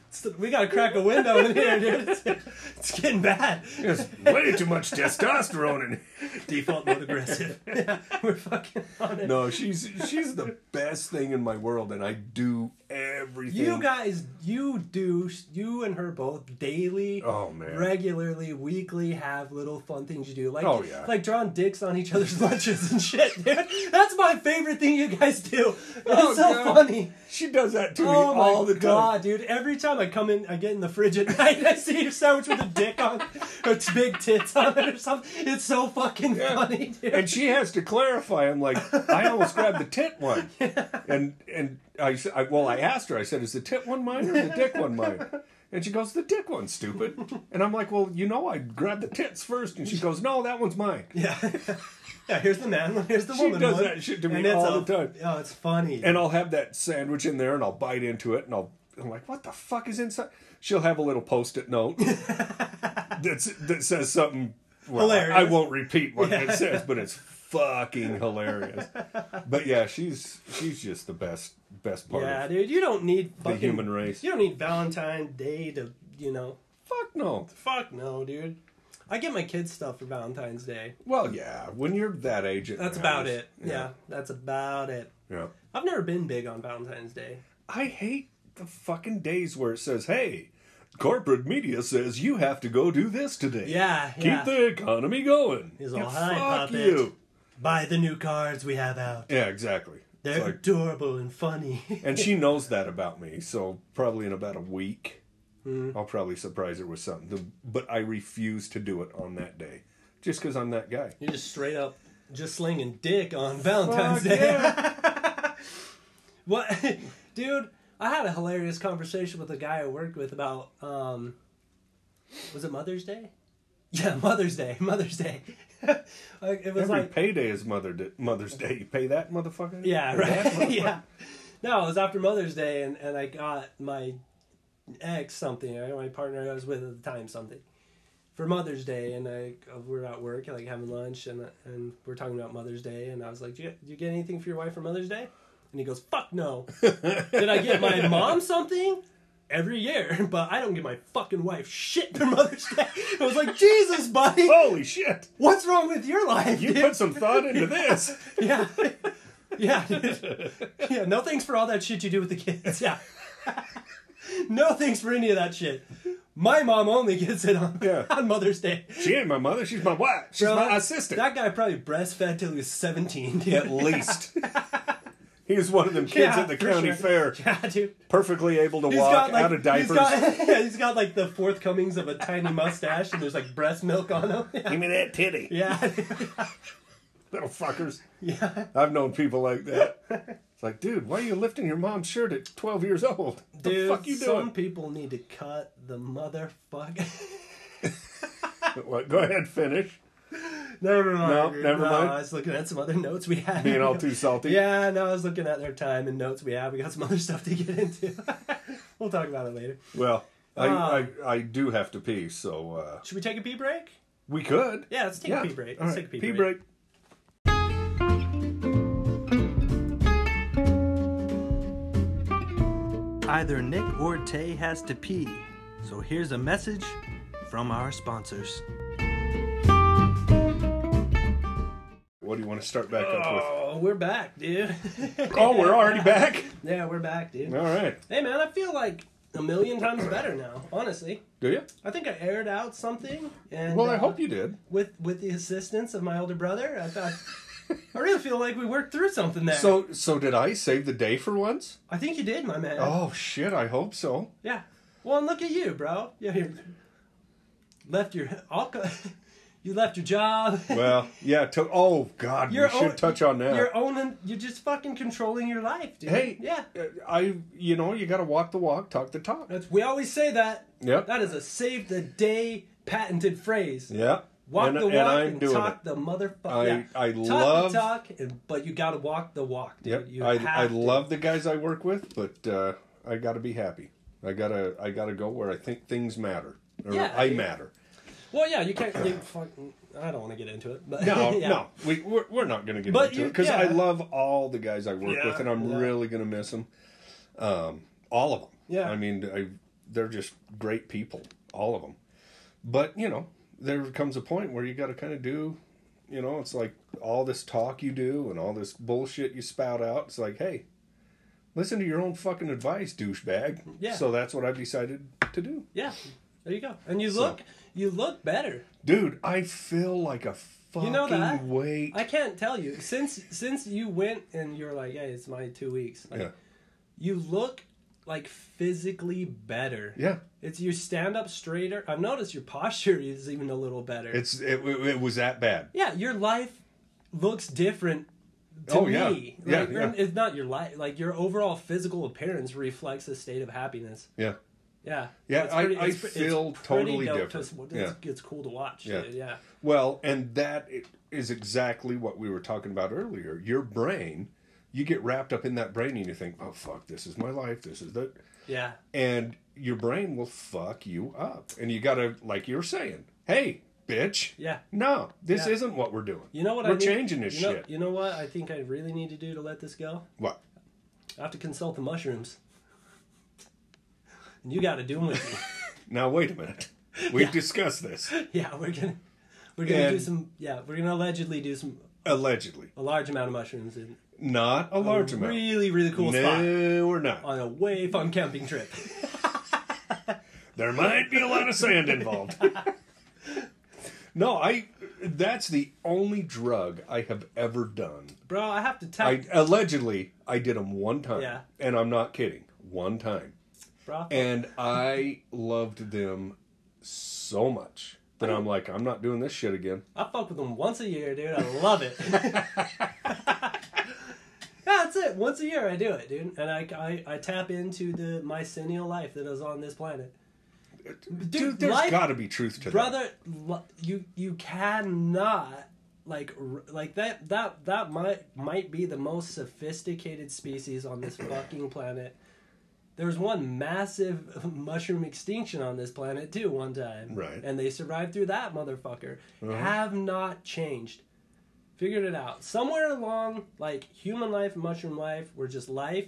Speaker 1: it's a- we gotta crack a window in here, dude. It's, it's getting bad.
Speaker 2: There's way too much testosterone in here.
Speaker 1: Default mode aggressive. Yeah, we're fucking on it.
Speaker 2: No, she's she's the best thing in my world, and I do everything.
Speaker 1: You guys, you do, you and her both daily,
Speaker 2: Oh, man.
Speaker 1: regularly, weekly have little fun things you do, like
Speaker 2: Oh, yeah.
Speaker 1: like drawing dicks on each other's lunches and shit, dude. That's my favorite thing you guys do. It's
Speaker 2: Oh,
Speaker 1: so
Speaker 2: God.
Speaker 1: funny.
Speaker 2: She does that to
Speaker 1: Oh
Speaker 2: me
Speaker 1: my
Speaker 2: all the time.
Speaker 1: god, dude! Every time I come in, I get in the fridge at night. I see your sandwich with a dick on, or t- big tits on it, or something. It's so fucking funny, dude.
Speaker 2: and she has to clarify. I'm like, I almost grabbed the tit one, and and I, s- I- well, I asked her. I said, "Is the tit one mine or the dick one mine?" And she goes, "The dick one, stupid." And I'm like, "Well, you know, I grabbed the tits first. And she goes, "No, that one's mine."
Speaker 1: Yeah, yeah. Here's the man one. Here's the
Speaker 2: She
Speaker 1: woman
Speaker 2: does
Speaker 1: one.
Speaker 2: that shit to me
Speaker 1: And it's
Speaker 2: all
Speaker 1: a-
Speaker 2: the time.
Speaker 1: Oh, it's funny.
Speaker 2: And I'll have that sandwich in there, and I'll bite into it, and I'll. I'm like, what the fuck is inside? She'll have a little post-it note that's that says something. Well, I- I
Speaker 1: Hilarious.
Speaker 2: won't repeat what it says, but it's fucking hilarious. But yeah, she's she's just the best best part.
Speaker 1: yeah,
Speaker 2: of
Speaker 1: dude, you don't need fucking,
Speaker 2: human race.
Speaker 1: You don't need Valentine's Day to, you know.
Speaker 2: Fuck no.
Speaker 1: Fuck no, dude. I get my kids stuff for Valentine's Day.
Speaker 2: Well, yeah, when you're that age, it
Speaker 1: That's
Speaker 2: matters.
Speaker 1: about it. Yeah. that's about it.
Speaker 2: yeah.
Speaker 1: I've never been big on Valentine's Day.
Speaker 2: I hate the fucking days where it says, "Hey, corporate media says you have to go do this today."
Speaker 1: Yeah,
Speaker 2: Keep
Speaker 1: yeah.
Speaker 2: the economy going.
Speaker 1: He's
Speaker 2: Yeah,
Speaker 1: all, "Hi,
Speaker 2: fuck
Speaker 1: puppet."
Speaker 2: you.
Speaker 1: Buy the new cards we have out.
Speaker 2: Yeah, exactly. It's
Speaker 1: They're
Speaker 2: like-
Speaker 1: adorable and funny.
Speaker 2: and she knows that about me, so probably in about a week,
Speaker 1: Mm-hmm.
Speaker 2: I'll probably surprise her with something. The- But I refuse to do it on that day, just because I'm that guy.
Speaker 1: You're just straight up just slinging dick on Valentine's
Speaker 2: Fuck
Speaker 1: Day.
Speaker 2: yeah.
Speaker 1: What, dude? I had a hilarious conversation with a guy I worked with about um, was it Mother's Day? Yeah, Mother's Day. Mother's Day. like, it was
Speaker 2: Every
Speaker 1: like
Speaker 2: payday is Mother Day, Mother's Day. You pay that motherfucker?
Speaker 1: yeah,
Speaker 2: Pay that
Speaker 1: right,
Speaker 2: motherfucker?
Speaker 1: yeah. No, it was after Mother's Day, and, and I got my ex something, or my partner I was with at the time something for Mother's Day, and I we're at work, like having lunch, and and we're talking about Mother's Day, and I was like, "Do you, do you get anything for your wife for Mother's Day?" And he goes, "Fuck no." Did I get my mom something? Every year, but I don't give my fucking wife shit for Mother's Day. I was like, Jesus, buddy,
Speaker 2: Holy shit!
Speaker 1: what's wrong with your life?
Speaker 2: You
Speaker 1: dude?"
Speaker 2: put some thought into this.
Speaker 1: Yeah. Yeah. dude. Yeah. No thanks for all that shit you do with the kids. Yeah. no thanks for any of that shit. My mom only gets it on,
Speaker 2: Yeah.
Speaker 1: on Mother's Day.
Speaker 2: She ain't my mother. She's my wife. She's
Speaker 1: Bro,
Speaker 2: my
Speaker 1: that-
Speaker 2: assistant.
Speaker 1: That guy probably breastfed till he was 17. dude.
Speaker 2: At least. He was one of them kids
Speaker 1: Yeah,
Speaker 2: at the
Speaker 1: for
Speaker 2: county
Speaker 1: sure.
Speaker 2: fair,
Speaker 1: Yeah, dude.
Speaker 2: perfectly able to
Speaker 1: He's
Speaker 2: walk
Speaker 1: got like
Speaker 2: out of diapers.
Speaker 1: He's got, yeah, he's got like the forthcomings of a tiny mustache, and there's like breast milk on him. Yeah.
Speaker 2: Give me that titty.
Speaker 1: Yeah,
Speaker 2: little fuckers. Yeah. I've known people like that. It's like, dude, why are you lifting your mom's shirt at 12 years old? What
Speaker 1: dude.
Speaker 2: the fuck you
Speaker 1: some
Speaker 2: doing?
Speaker 1: people need to cut the motherfucker.
Speaker 2: Well, Go ahead, finish.
Speaker 1: never mind.
Speaker 2: No,
Speaker 1: dude.
Speaker 2: never mind.
Speaker 1: I was looking at some other notes we had.
Speaker 2: Being all too salty.
Speaker 1: Yeah, no, I was looking at their time and notes we have. We got some other stuff to get into. we'll talk about it later.
Speaker 2: Well, I,
Speaker 1: Ah.
Speaker 2: I, I do have to pee, so uh,
Speaker 1: Should we take a pee break?
Speaker 2: we could.
Speaker 1: Yeah, let's take
Speaker 2: Yeah.
Speaker 1: a pee break.
Speaker 2: All
Speaker 1: Let's
Speaker 2: right,
Speaker 1: take a pee,
Speaker 2: pee
Speaker 1: break.
Speaker 2: break.
Speaker 1: Either Nick or Tay has to pee. So here's a message from our sponsors.
Speaker 2: What do you want to start back up
Speaker 1: Oh, we're back, dude.
Speaker 2: with? Oh, we're already back?
Speaker 1: yeah, we're back, dude.
Speaker 2: All right.
Speaker 1: Hey, man, I feel like a million times better now. Honestly,
Speaker 2: Do you?
Speaker 1: I think I aired out something, and
Speaker 2: Well, I
Speaker 1: uh,
Speaker 2: hope you did.
Speaker 1: with with the assistance of my older brother, I thought I really feel like we worked through something there.
Speaker 2: So, so did I save the day for once?
Speaker 1: I think you did, my man.
Speaker 2: Oh shit! I hope so.
Speaker 1: Yeah. Well, and look at you, bro. Yeah, you left your all, co- you left your job.
Speaker 2: Well, yeah. To, oh God,
Speaker 1: Your
Speaker 2: we should
Speaker 1: own-
Speaker 2: touch on that.
Speaker 1: You're owning. You're just fucking controlling your life, dude.
Speaker 2: Hey, uh,
Speaker 1: Yeah. Uh,
Speaker 2: I, you know, you got to walk the walk, talk the talk.
Speaker 1: That's we always say that.
Speaker 2: Yep.
Speaker 1: That is a save the day patented phrase.
Speaker 2: Yeah.
Speaker 1: Walk
Speaker 2: and,
Speaker 1: the walk
Speaker 2: and
Speaker 1: and,
Speaker 2: I'm doing
Speaker 1: talk
Speaker 2: it.
Speaker 1: the motherfucker.
Speaker 2: I- I
Speaker 1: talk
Speaker 2: love-
Speaker 1: the talk, and, but you got to walk the walk. Dude.
Speaker 2: Yep.
Speaker 1: You
Speaker 2: I,
Speaker 1: have
Speaker 2: I
Speaker 1: to.
Speaker 2: love the guys I work with, but uh, I got to be happy. I gotta I gotta go where I think things matter or
Speaker 1: Yeah.
Speaker 2: I matter.
Speaker 1: Well, yeah, you can't. You fucking, I don't want to get into it, but
Speaker 2: No,
Speaker 1: yeah.
Speaker 2: no, we we're, we're not gonna get
Speaker 1: But
Speaker 2: into
Speaker 1: you-
Speaker 2: it because I
Speaker 1: yeah.
Speaker 2: love all the guys I work
Speaker 1: Yeah,
Speaker 2: with, and I'm
Speaker 1: yeah.
Speaker 2: really gonna miss them. Um, all of them.
Speaker 1: Yeah.
Speaker 2: I mean, I, they're just great people, all of them. But you know, there comes a point where you got to kind of do, you know, it's like all this talk you do and all this bullshit you spout out. It's like, hey, listen to your own fucking advice, douchebag.
Speaker 1: Yeah.
Speaker 2: So that's what I've decided to do.
Speaker 1: Yeah, there you go. And you look, you look better.
Speaker 2: Dude, I feel like a fucking
Speaker 1: know that?
Speaker 2: weight.
Speaker 1: I can't tell you since since you went and you're like, hey, it's my two weeks. Like,
Speaker 2: yeah.
Speaker 1: You look like physically better.
Speaker 2: Yeah.
Speaker 1: It's you stand up straighter. I've noticed your posture is even a little better.
Speaker 2: It's it, it, it was that bad.
Speaker 1: yeah, your life looks different to
Speaker 2: Oh,
Speaker 1: me.
Speaker 2: yeah.
Speaker 1: Like,
Speaker 2: Yeah,
Speaker 1: your-
Speaker 2: yeah.
Speaker 1: It's not your life. Like your overall physical appearance reflects a state of happiness.
Speaker 2: Yeah.
Speaker 1: Yeah.
Speaker 2: Yeah,
Speaker 1: It's
Speaker 2: I-
Speaker 1: pretty-
Speaker 2: I
Speaker 1: it's pre- it's
Speaker 2: feel
Speaker 1: pretty
Speaker 2: totally
Speaker 1: dope
Speaker 2: different.
Speaker 1: To, it's,
Speaker 2: Yeah.
Speaker 1: it's cool to watch.
Speaker 2: Yeah.
Speaker 1: Yeah. yeah.
Speaker 2: Well, and that i- is exactly what we were talking about earlier. Your brain, you get wrapped up in that brain and you think, "Oh fuck, this is my life. This is that."
Speaker 1: Yeah.
Speaker 2: And your brain will fuck you up. And you got to like you're saying, "Hey, bitch.
Speaker 1: Yeah.
Speaker 2: No, this
Speaker 1: Yeah.
Speaker 2: isn't what we're doing.
Speaker 1: You know what
Speaker 2: We're
Speaker 1: I need-
Speaker 2: changing this
Speaker 1: you know,
Speaker 2: shit.
Speaker 1: You know what I think I really need to do to let this go?
Speaker 2: What?
Speaker 1: I have to consult the mushrooms. And you got to do them with
Speaker 2: Now wait a minute. We've discussed this
Speaker 1: me. yeah, we're gonna we're gonna do
Speaker 2: And-
Speaker 1: some. Yeah, we're gonna allegedly do some
Speaker 2: allegedly.
Speaker 1: a large amount of mushrooms in
Speaker 2: Not a large amount.
Speaker 1: really really cool spot
Speaker 2: no, we're not.
Speaker 1: on a way fun camping trip.
Speaker 2: There might be a lot of sand involved. no, I. That's the only drug I have ever done.
Speaker 1: Bro, I have to tell
Speaker 2: I allegedly I did them one time,
Speaker 1: Yeah.
Speaker 2: and I'm not kidding, one time,
Speaker 1: bro.
Speaker 2: and I loved them so much that I'm like, I'm not doing this shit again.
Speaker 1: I fuck with them once a year, dude. I love it. yeah, that's it. Once a year, I do it, dude, and I, I, I tap into the mycenial life that is on this planet.
Speaker 2: Dude,
Speaker 1: Dude,
Speaker 2: there's
Speaker 1: life-
Speaker 2: got to be truth to that.
Speaker 1: brother lo- you you cannot like r- like that that that might might be the most sophisticated species on this fucking planet there's one massive mushroom extinction on this planet too one time
Speaker 2: Right. Uh-huh.
Speaker 1: and they survived through that motherfucker have not changed figured it out somewhere along like human life and mushroom life were just life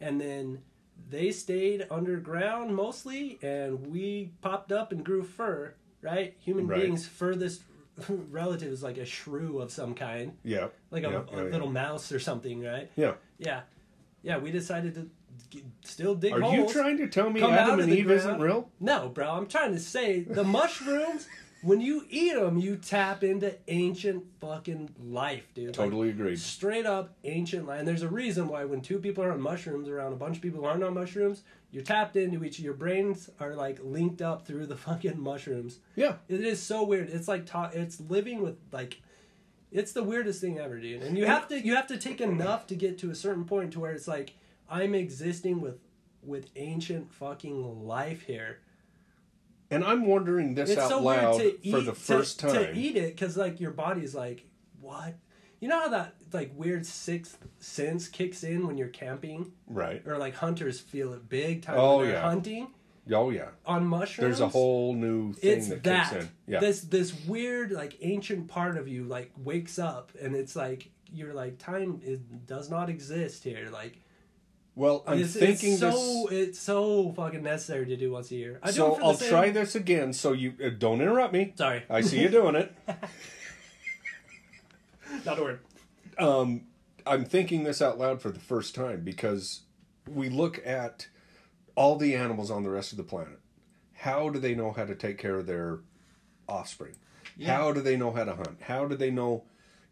Speaker 1: and then they stayed underground mostly and we popped up and grew fur right human
Speaker 2: Right.
Speaker 1: beings furthest relative is like a shrew of some kind
Speaker 2: Yeah,
Speaker 1: like a,
Speaker 2: yeah,
Speaker 1: a
Speaker 2: yeah,
Speaker 1: little mouse or something right
Speaker 2: Yeah. Yeah.
Speaker 1: yeah yeah we decided to g- still dig
Speaker 2: Are
Speaker 1: holes
Speaker 2: you trying to tell me
Speaker 1: come out
Speaker 2: Adam
Speaker 1: of
Speaker 2: and
Speaker 1: the
Speaker 2: Eve
Speaker 1: ground.
Speaker 2: isn't real?
Speaker 1: No, bro. I'm trying to say the mushrooms. when you eat them, you tap into ancient fucking life, dude. Like,
Speaker 2: Totally agreed.
Speaker 1: straight up ancient life. And there's a reason why when two people are on mushrooms around a bunch of people who aren't on mushrooms, you're tapped into each. Your brains are like linked up through the fucking mushrooms.
Speaker 2: Yeah.
Speaker 1: It is so weird. It's like ta- it's living with like it's the weirdest thing ever, dude. And you have to you have to take enough to get to a certain point to where it's like I'm existing with with ancient fucking life here.
Speaker 2: And I'm wondering this
Speaker 1: It's
Speaker 2: out
Speaker 1: so
Speaker 2: loud
Speaker 1: weird to
Speaker 2: for
Speaker 1: eat
Speaker 2: the first
Speaker 1: to,
Speaker 2: time.
Speaker 1: to eat it because like your body's like what. You know how that like weird sixth sense kicks in when you're camping,
Speaker 2: Right.
Speaker 1: or like hunters feel it big time
Speaker 2: Oh,
Speaker 1: when they're
Speaker 2: yeah.
Speaker 1: hunting
Speaker 2: Oh yeah.
Speaker 1: on mushrooms.
Speaker 2: There's a whole new thing
Speaker 1: it's
Speaker 2: that,
Speaker 1: that
Speaker 2: kicks in. Yeah.
Speaker 1: this this weird like ancient part of you like wakes up and it's like you're like time is, does not exist here like
Speaker 2: well, I'm
Speaker 1: it's,
Speaker 2: thinking
Speaker 1: it's so
Speaker 2: this.
Speaker 1: it's so fucking necessary to do once a year I do it
Speaker 2: So
Speaker 1: for the
Speaker 2: I'll
Speaker 1: same-
Speaker 2: try this again. So you uh, don't interrupt me.
Speaker 1: sorry
Speaker 2: I see you doing it.
Speaker 1: not a word
Speaker 2: I'm thinking this out loud for the first time because we look at all the animals on the rest of the planet. How do they know how to take care of their offspring? How do they know how to hunt? How do they know?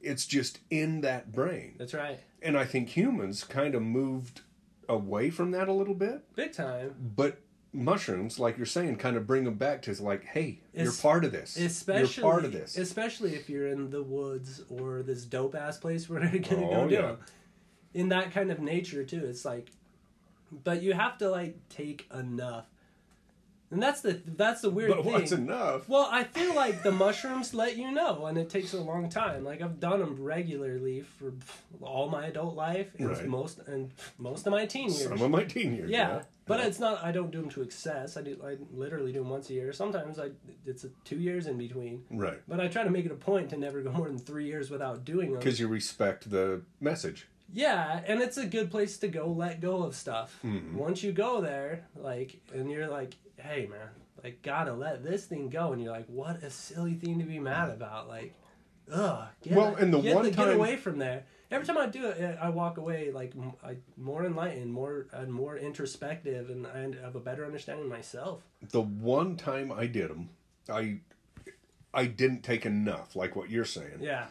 Speaker 2: It's just in that brain.
Speaker 1: That's right.
Speaker 2: And I think humans kind of moved away from that a little bit,
Speaker 1: Big time.
Speaker 2: but mushrooms, like you're saying, kind of bring them back to like, hey, you're
Speaker 1: Es-
Speaker 2: part of this.
Speaker 1: Especially,
Speaker 2: you're part of this.
Speaker 1: especially if you're in the woods or this dope ass place we're gonna go
Speaker 2: Oh,
Speaker 1: do.
Speaker 2: yeah.
Speaker 1: In that kind of nature too, it's like, but you have to like take enough, and that's the that's the weird
Speaker 2: But
Speaker 1: thing.
Speaker 2: what's enough?
Speaker 1: Well, I feel like the mushrooms let you know, and it takes a long time. Like I've done them regularly for all my adult life, and
Speaker 2: Right.
Speaker 1: most and most of my teen years.
Speaker 2: Some of my teen years.
Speaker 1: yeah, but it's not. I don't do them to excess. I do. I literally do them once a year. Sometimes I it's a, two years in between.
Speaker 2: Right.
Speaker 1: But I try to make it a point to never go more than three years without doing them.
Speaker 2: Because you respect the message.
Speaker 1: Yeah, and it's a good place to go let go of stuff.
Speaker 2: Mm-hmm.
Speaker 1: Once you go there, like, and you're like, hey, man, like, gotta let this thing go. And you're like, what a silly thing to be mad about. Like, ugh. Get,
Speaker 2: Well, and the
Speaker 1: get,
Speaker 2: one
Speaker 1: Get
Speaker 2: time-
Speaker 1: away from there. Every time I do it, I walk away, like, m- I, more enlightened, more and more introspective, and I have a better understanding of myself.
Speaker 2: the one time I did them, I I didn't take enough, like what you're saying.
Speaker 1: Yeah.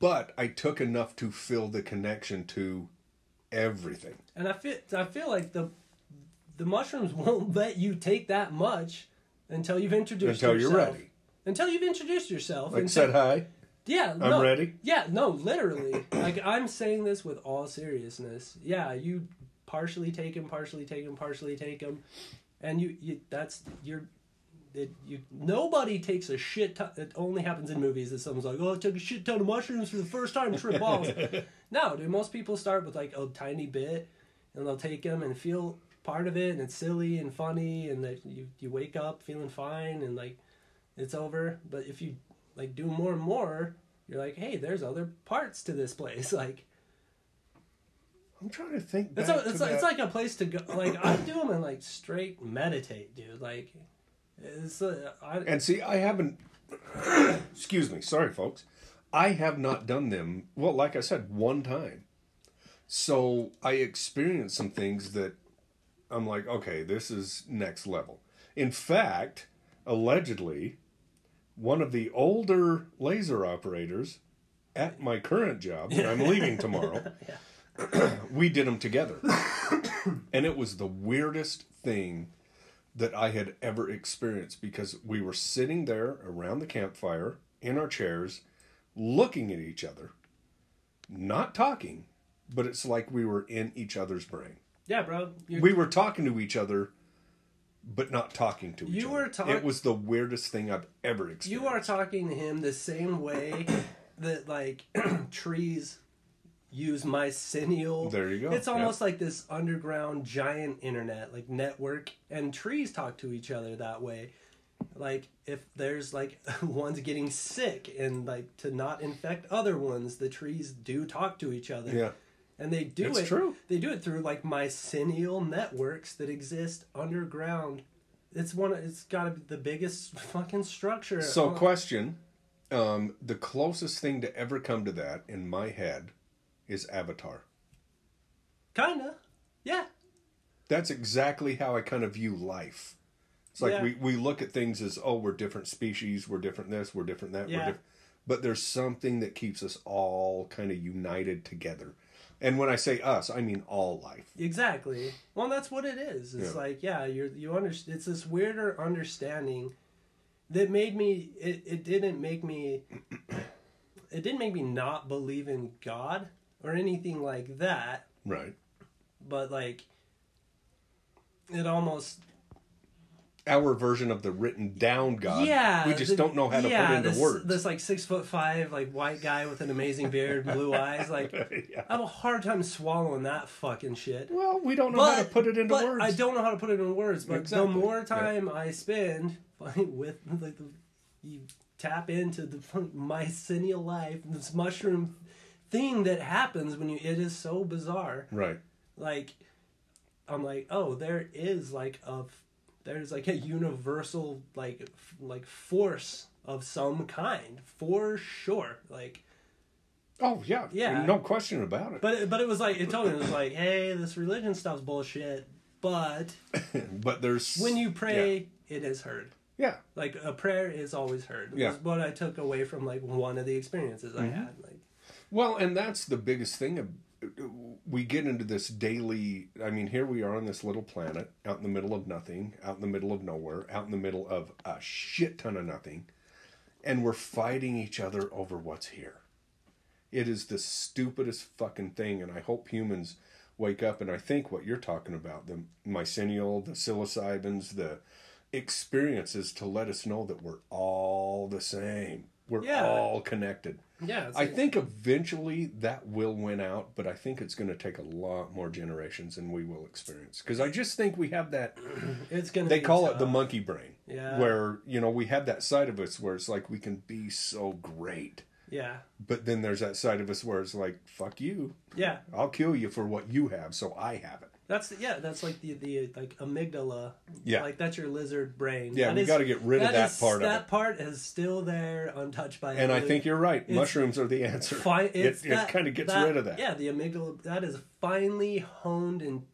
Speaker 2: But I took enough to feel the connection to everything.
Speaker 1: And I feel I feel like the the mushrooms won't let you take that much until you've introduced
Speaker 2: Until you're
Speaker 1: yourself.
Speaker 2: ready.
Speaker 1: Until you've introduced yourself.
Speaker 2: Like
Speaker 1: and
Speaker 2: said
Speaker 1: said,
Speaker 2: hi.
Speaker 1: yeah,
Speaker 2: I'm
Speaker 1: no,
Speaker 2: ready.
Speaker 1: Yeah, no, literally. like I'm saying this with all seriousness. Yeah, you partially take him, partially take him, partially take him, and you, you that's you're. It, you nobody takes a shit ton. It only happens in movies that someone's like, "Oh, I took a shit ton of mushrooms for the first time, trip balls." no, dude. Most people start with like a tiny bit, and they'll take them and feel part of it, and it's silly and funny, and that you you wake up feeling fine, and like it's over. But if you like do more and more, you're like, hey, there's other parts to this place. Like
Speaker 2: I'm trying to think back
Speaker 1: it's a,
Speaker 2: to
Speaker 1: it's, like, it's like
Speaker 2: that.
Speaker 1: a place to go. Like I do them and like straight meditate, dude. Like it's uh, I,
Speaker 2: And see, I haven't. excuse me. Sorry, folks. I have not done them. Well, like I said, one time. So I experienced some things that I'm like, okay, this is next level. In fact, allegedly, one of the older laser operators at my current job that I'm leaving tomorrow, we did them together. and it was the weirdest thing that I had ever experienced because we were sitting there around the campfire in our chairs, looking at each other, not talking, but it's like we were in each other's brain.
Speaker 1: yeah, bro. You're,
Speaker 2: We were talking to each other, but not talking to each
Speaker 1: You
Speaker 2: other.
Speaker 1: were talk-
Speaker 2: It was the weirdest thing I've ever experienced.
Speaker 1: you are talking to him the same way that like trees use mycelial.
Speaker 2: There you go,
Speaker 1: It's
Speaker 2: yeah.
Speaker 1: almost like this underground giant internet, like network, and trees talk to each other that way. Like if there's like one's getting sick and like to not infect other ones, the trees do talk to each other.
Speaker 2: Yeah.
Speaker 1: And they do
Speaker 2: It's
Speaker 1: it.
Speaker 2: true.
Speaker 1: They do it through like mycelial networks that exist underground. It's one. of- It's got to be the biggest fucking structure.
Speaker 2: So,
Speaker 1: on-
Speaker 2: question: um, the closest thing to ever come to that in my head is Avatar.
Speaker 1: Kinda. Yeah.
Speaker 2: That's exactly how I kind of view life. It's like
Speaker 1: Yeah.
Speaker 2: we, we look at things as oh we're different species, we're different this, we're different that,
Speaker 1: Yeah.
Speaker 2: we're different. But there's something that keeps us all kind of united together. And when I say us, I mean all life.
Speaker 1: Exactly. Well, that's what it is. It's
Speaker 2: Yeah.
Speaker 1: like, yeah, you're you understand. It's this weirder understanding that made me. It, it didn't make me. It didn't make me not believe in God or anything like that.
Speaker 2: Right.
Speaker 1: But like, it almost
Speaker 2: Our version of the written down God.
Speaker 1: yeah.
Speaker 2: We just
Speaker 1: the-
Speaker 2: don't know how to
Speaker 1: yeah,
Speaker 2: put into
Speaker 1: this,
Speaker 2: words.
Speaker 1: This like six foot five like white guy with an amazing beard, blue eyes. Like,
Speaker 2: Yeah.
Speaker 1: I have a hard time swallowing that fucking shit.
Speaker 2: Well, we don't know how to put it into
Speaker 1: but
Speaker 2: words.
Speaker 1: I don't know how to put it in words. But
Speaker 2: Exactly.
Speaker 1: the more
Speaker 2: Yeah.
Speaker 1: time I spend with like the, you tap into the mycelial life, this mushroom thing that happens when you it is so bizarre.
Speaker 2: Right.
Speaker 1: Like I'm like, oh, there is like a f- there's like a universal like f- like force of some kind for sure. Like
Speaker 2: Oh yeah.
Speaker 1: Yeah.
Speaker 2: No question about it.
Speaker 1: But it, but it was like it told me it was like, hey, this religion stuff's bullshit. but
Speaker 2: But there's
Speaker 1: when you pray, it is heard.
Speaker 2: Yeah.
Speaker 1: Like a prayer is always heard.
Speaker 2: Yeah. Mm-hmm.
Speaker 1: Was what I took away from like one of the experiences I had. Like
Speaker 2: Well, and that's the biggest thing. of- We get into this daily. I mean, here we are on this little planet, out in the middle of nothing, out in the middle of nowhere, out in the middle of a shit ton of nothing, and we're fighting each other over what's here. It is the stupidest fucking thing, and I hope humans wake up. And I think what you're talking about the mycelial, the psilocybins, the experiences to let us know that we're all the same. We're
Speaker 1: Yeah.
Speaker 2: all connected.
Speaker 1: yeah, it's
Speaker 2: I
Speaker 1: like-
Speaker 2: think eventually that will win out, but I think it's going to take a lot more generations than we will experience. Because I just think we have that,
Speaker 1: it's gonna.
Speaker 2: they
Speaker 1: be
Speaker 2: call it
Speaker 1: tough.
Speaker 2: the monkey brain.
Speaker 1: Yeah.
Speaker 2: Where, you know, we have that side of us where it's like we can be so great.
Speaker 1: Yeah,
Speaker 2: But then there's that side of us where it's like, fuck you.
Speaker 1: yeah.
Speaker 2: I'll kill you for what you have, so I have it.
Speaker 1: That's yeah. That's like the the like amygdala.
Speaker 2: Yeah.
Speaker 1: Like that's your lizard brain.
Speaker 2: Yeah,
Speaker 1: That
Speaker 2: we
Speaker 1: is-
Speaker 2: gotta get rid of that
Speaker 1: is-
Speaker 2: part of
Speaker 1: That
Speaker 2: it.
Speaker 1: part is still there, untouched by.
Speaker 2: And I
Speaker 1: evolution.
Speaker 2: think you're right.
Speaker 1: It's-
Speaker 2: Mushrooms are the answer.
Speaker 1: Fi-
Speaker 2: it
Speaker 1: it's
Speaker 2: it
Speaker 1: that-
Speaker 2: kind of gets
Speaker 1: that-
Speaker 2: rid of that.
Speaker 1: Yeah, the amygdala that is finely honed and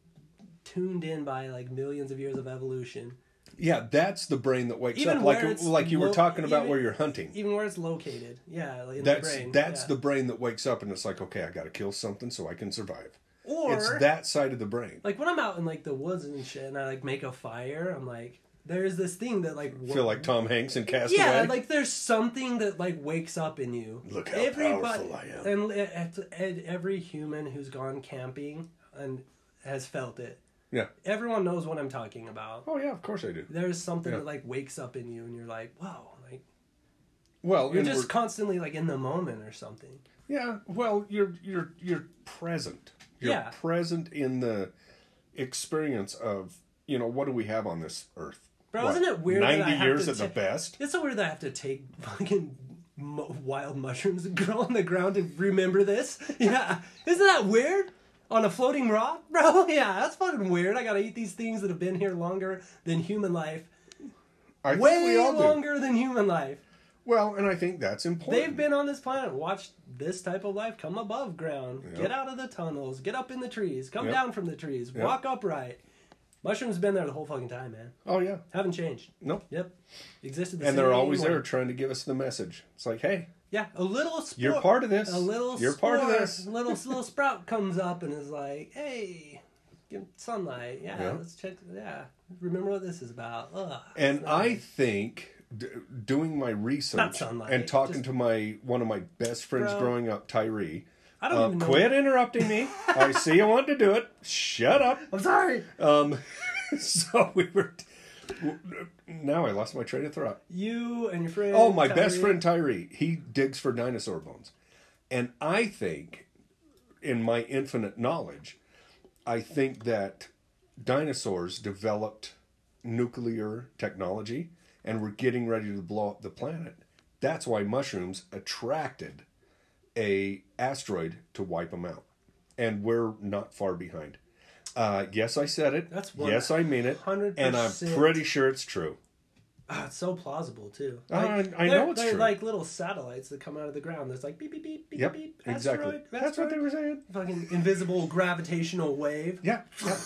Speaker 1: tuned in by like millions of years of evolution.
Speaker 2: Yeah, that's the brain that wakes
Speaker 1: Even
Speaker 2: up,
Speaker 1: where
Speaker 2: like
Speaker 1: it's
Speaker 2: like you were
Speaker 1: lo-
Speaker 2: talking about
Speaker 1: even-
Speaker 2: where you're hunting.
Speaker 1: Even where it's located, yeah, like in
Speaker 2: that's
Speaker 1: the brain.
Speaker 2: that's
Speaker 1: yeah.
Speaker 2: the brain that wakes up and it's like, okay, I got to kill something so I can survive.
Speaker 1: or
Speaker 2: it's that side of the brain
Speaker 1: like when I'm out in like the woods and shit, and I like make a fire. I'm like, there's this thing that like wo-
Speaker 2: feel like Tom Hanks in Castaway.
Speaker 1: yeah, like there's something that like wakes up in you.
Speaker 2: Look how powerful I am.
Speaker 1: And eh, it- it's- and every human who's gone camping and has felt it.
Speaker 2: Yeah.
Speaker 1: Everyone knows what I'm talking about.
Speaker 2: Oh yeah, of course I do.
Speaker 1: There's something
Speaker 2: Yeah.
Speaker 1: that like wakes up in you, and you're like, wow, like
Speaker 2: Well,
Speaker 1: you're
Speaker 2: and
Speaker 1: just
Speaker 2: we're-
Speaker 1: constantly like in the moment or something.
Speaker 2: yeah. Well, you're you're you're present. You're
Speaker 1: Yeah.
Speaker 2: present in the experience of you know what do we have on this earth?
Speaker 1: Bro,
Speaker 2: What,
Speaker 1: isn't it weird that I
Speaker 2: Ninety
Speaker 1: have
Speaker 2: years
Speaker 1: to
Speaker 2: at the
Speaker 1: ta-
Speaker 2: best.
Speaker 1: It's so weird that I have to take fucking mo- wild mushrooms and grow on the ground to remember this. Yeah, isn't that weird? On a floating rock, bro. Yeah, that's fucking weird. I gotta eat these things that have been here longer than human life,
Speaker 2: I think
Speaker 1: way
Speaker 2: we all do.
Speaker 1: longer than human life.
Speaker 2: Well, and I think that's important.
Speaker 1: They've been on this planet, watched this type of life come above ground,
Speaker 2: Yep.
Speaker 1: get out of the tunnels, get up in the trees, come
Speaker 2: Yep.
Speaker 1: down from the trees, walk upright. Mushrooms been there the whole fucking time, man.
Speaker 2: Oh yeah.
Speaker 1: Haven't changed.
Speaker 2: No.
Speaker 1: Yep, existed. The
Speaker 2: And
Speaker 1: same
Speaker 2: they're always
Speaker 1: way.
Speaker 2: there trying to give us the message. It's like, hey,
Speaker 1: Yeah, a little sport.
Speaker 2: you're part of this.
Speaker 1: a little.
Speaker 2: You're part of
Speaker 1: spore-
Speaker 2: this.
Speaker 1: Little little sprout comes up and is like, "Hey, give him sunlight. Yeah,
Speaker 2: Yeah.
Speaker 1: let's check. Yeah, remember what this is about." Ugh.
Speaker 2: And I think d- doing my research
Speaker 1: sunlight,
Speaker 2: and talking
Speaker 1: just-
Speaker 2: to my one of my best friends
Speaker 1: Bro.
Speaker 2: growing up, Tyree.
Speaker 1: I don't
Speaker 2: Uh,
Speaker 1: even know.
Speaker 2: quit interrupting me. I see you want to do it. Shut up.
Speaker 1: I'm sorry.
Speaker 2: Um, so we were. now I lost my train of thought.
Speaker 1: You and your friend.
Speaker 2: Oh, my best
Speaker 1: Kyrie.
Speaker 2: friend Tyree. He digs for dinosaur bones. And I think, in my infinite knowledge, I think that dinosaurs developed nuclear technology and were getting ready to blow up the planet. That's why mushrooms attracted a asteroid to wipe them out. And we're not far behind. Uh, yes, I said it.
Speaker 1: That's one
Speaker 2: yes, I mean it. And I'm
Speaker 1: 100%.
Speaker 2: pretty sure it's true.
Speaker 1: Ah, it's so plausible too.
Speaker 2: I- I
Speaker 1: they're-
Speaker 2: know it's
Speaker 1: they're
Speaker 2: true.
Speaker 1: like little satellites that come out of the ground. There's like beep beep beep beep
Speaker 2: Yep,
Speaker 1: beep.
Speaker 2: exactly.
Speaker 1: Asteroid,
Speaker 2: That's what they
Speaker 1: asteroid.
Speaker 2: were saying.
Speaker 1: Fucking invisible gravitational wave.
Speaker 2: Yeah.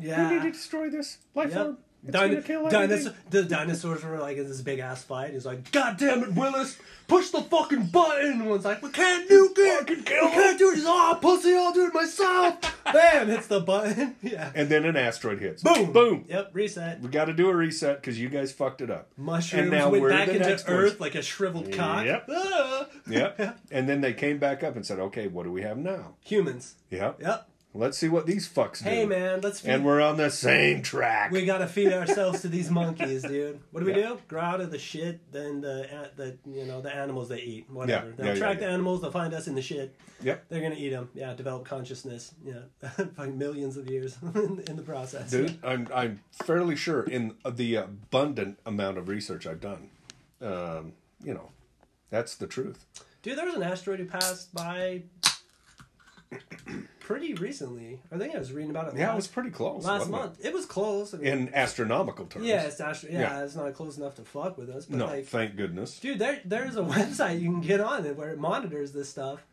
Speaker 2: yeah. We need to
Speaker 1: Yeah.
Speaker 2: destroy this life
Speaker 1: Yep.
Speaker 2: form. It's
Speaker 1: Dino-
Speaker 2: gonna kill
Speaker 1: dinosaur, the dinosaurs were like in this big ass fight. He's like, "God damn it, Willis, push the fucking button." And one's like, "We can't nuke it.
Speaker 2: Fucking
Speaker 1: We
Speaker 2: kill
Speaker 1: can't do it." He's like, "Oh, pussy, I'll do it myself." Bam, hits the button. Yeah.
Speaker 2: And then an asteroid hits.
Speaker 1: Boom.
Speaker 2: Boom.
Speaker 1: Yep. Reset.
Speaker 2: We got to do a reset because you guys fucked it up.
Speaker 1: Mushrooms
Speaker 2: now
Speaker 1: went
Speaker 2: we're
Speaker 1: back
Speaker 2: the
Speaker 1: into
Speaker 2: next
Speaker 1: Earth
Speaker 2: ones.
Speaker 1: like a shriveled cock.
Speaker 2: Yep.
Speaker 1: Ah.
Speaker 2: Yep. and then they came back up and said, "Okay, what do we have now?
Speaker 1: Humans.
Speaker 2: Yep.
Speaker 1: Yep.
Speaker 2: Let's see what these fucks do."
Speaker 1: Hey man, let's feed.
Speaker 2: And we're on the same track.
Speaker 1: we gotta feed ourselves to these monkeys, dude. What do we
Speaker 2: Yeah.
Speaker 1: do? Grow out of the shit, then the a- the you know the animals they eat, whatever.
Speaker 2: Yeah,
Speaker 1: They'll
Speaker 2: yeah, yeah,
Speaker 1: track
Speaker 2: yeah.
Speaker 1: the animals. They'll find us in the shit.
Speaker 2: Yep.
Speaker 1: They're gonna eat them. Yeah, develop consciousness. Yeah, fucking millions of years in, in the process.
Speaker 2: Dude, I'm I'm fairly sure in the abundant amount of research I've done, um, you know, that's the truth.
Speaker 1: Dude, there was an asteroid who passed by pretty recently. I think I was reading about it.
Speaker 2: Yeah,
Speaker 1: last,
Speaker 2: it was pretty close.
Speaker 1: last
Speaker 2: wasn't it?
Speaker 1: month. It? was close. I mean,
Speaker 2: in astronomical terms.
Speaker 1: yeah, it's astro- yeah,
Speaker 2: Yeah.
Speaker 1: it's not close enough to fuck with us. But
Speaker 2: No,
Speaker 1: like,
Speaker 2: thank goodness.
Speaker 1: dude, there there's a website you can get on it where it monitors this stuff.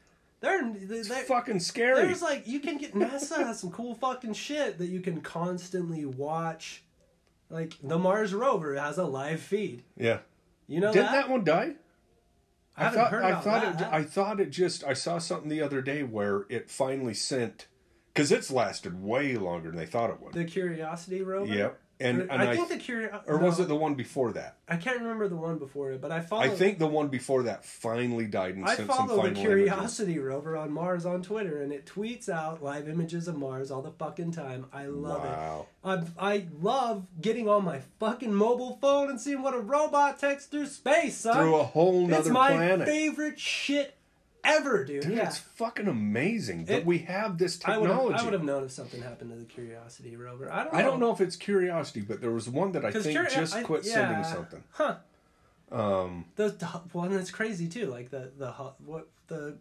Speaker 1: They're, they're,
Speaker 2: It's fucking scary.
Speaker 1: There's like you can get NASA has some cool fucking shit that you can constantly watch. Like the Mars rover has a live feed.
Speaker 2: yeah.
Speaker 1: You know
Speaker 2: Didn't
Speaker 1: that?
Speaker 2: that? one die?
Speaker 1: I haven't
Speaker 2: thought,
Speaker 1: heard
Speaker 2: I
Speaker 1: about
Speaker 2: thought
Speaker 1: that.
Speaker 2: it. I thought it just. I saw something the other day where it finally sent, because it's lasted way longer than they thought it would.
Speaker 1: the Curiosity rover.
Speaker 2: Yep. And, and
Speaker 1: I,
Speaker 2: I,
Speaker 1: think the Curiosity.
Speaker 2: or was it the one before that?
Speaker 1: I can't remember the one before it, but I follow.
Speaker 2: I think the one before that finally died and
Speaker 1: Oh. I
Speaker 2: sent some final
Speaker 1: follow the
Speaker 2: images.
Speaker 1: Curiosity rover on Mars on Twitter, and it tweets out live images of Mars all the fucking time. I love
Speaker 2: Wow.
Speaker 1: it. I I love getting on my fucking mobile phone and seeing what a robot texts through space, son.
Speaker 2: Through a whole
Speaker 1: It's
Speaker 2: nother
Speaker 1: my
Speaker 2: planet.
Speaker 1: favorite shit ever, dude.
Speaker 2: Dude,
Speaker 1: yeah.
Speaker 2: it's fucking amazing that
Speaker 1: It-
Speaker 2: we have this
Speaker 1: I would
Speaker 2: technology.
Speaker 1: I would have known if something happened to the Curiosity rover. I don't.
Speaker 2: I don't know if it's Curiosity, but there was one that I think
Speaker 1: Curi-
Speaker 2: just
Speaker 1: I-
Speaker 2: quit
Speaker 1: yeah.
Speaker 2: sending something.
Speaker 1: Huh. Um. The, the hu- one that's crazy too, like the the hu- what the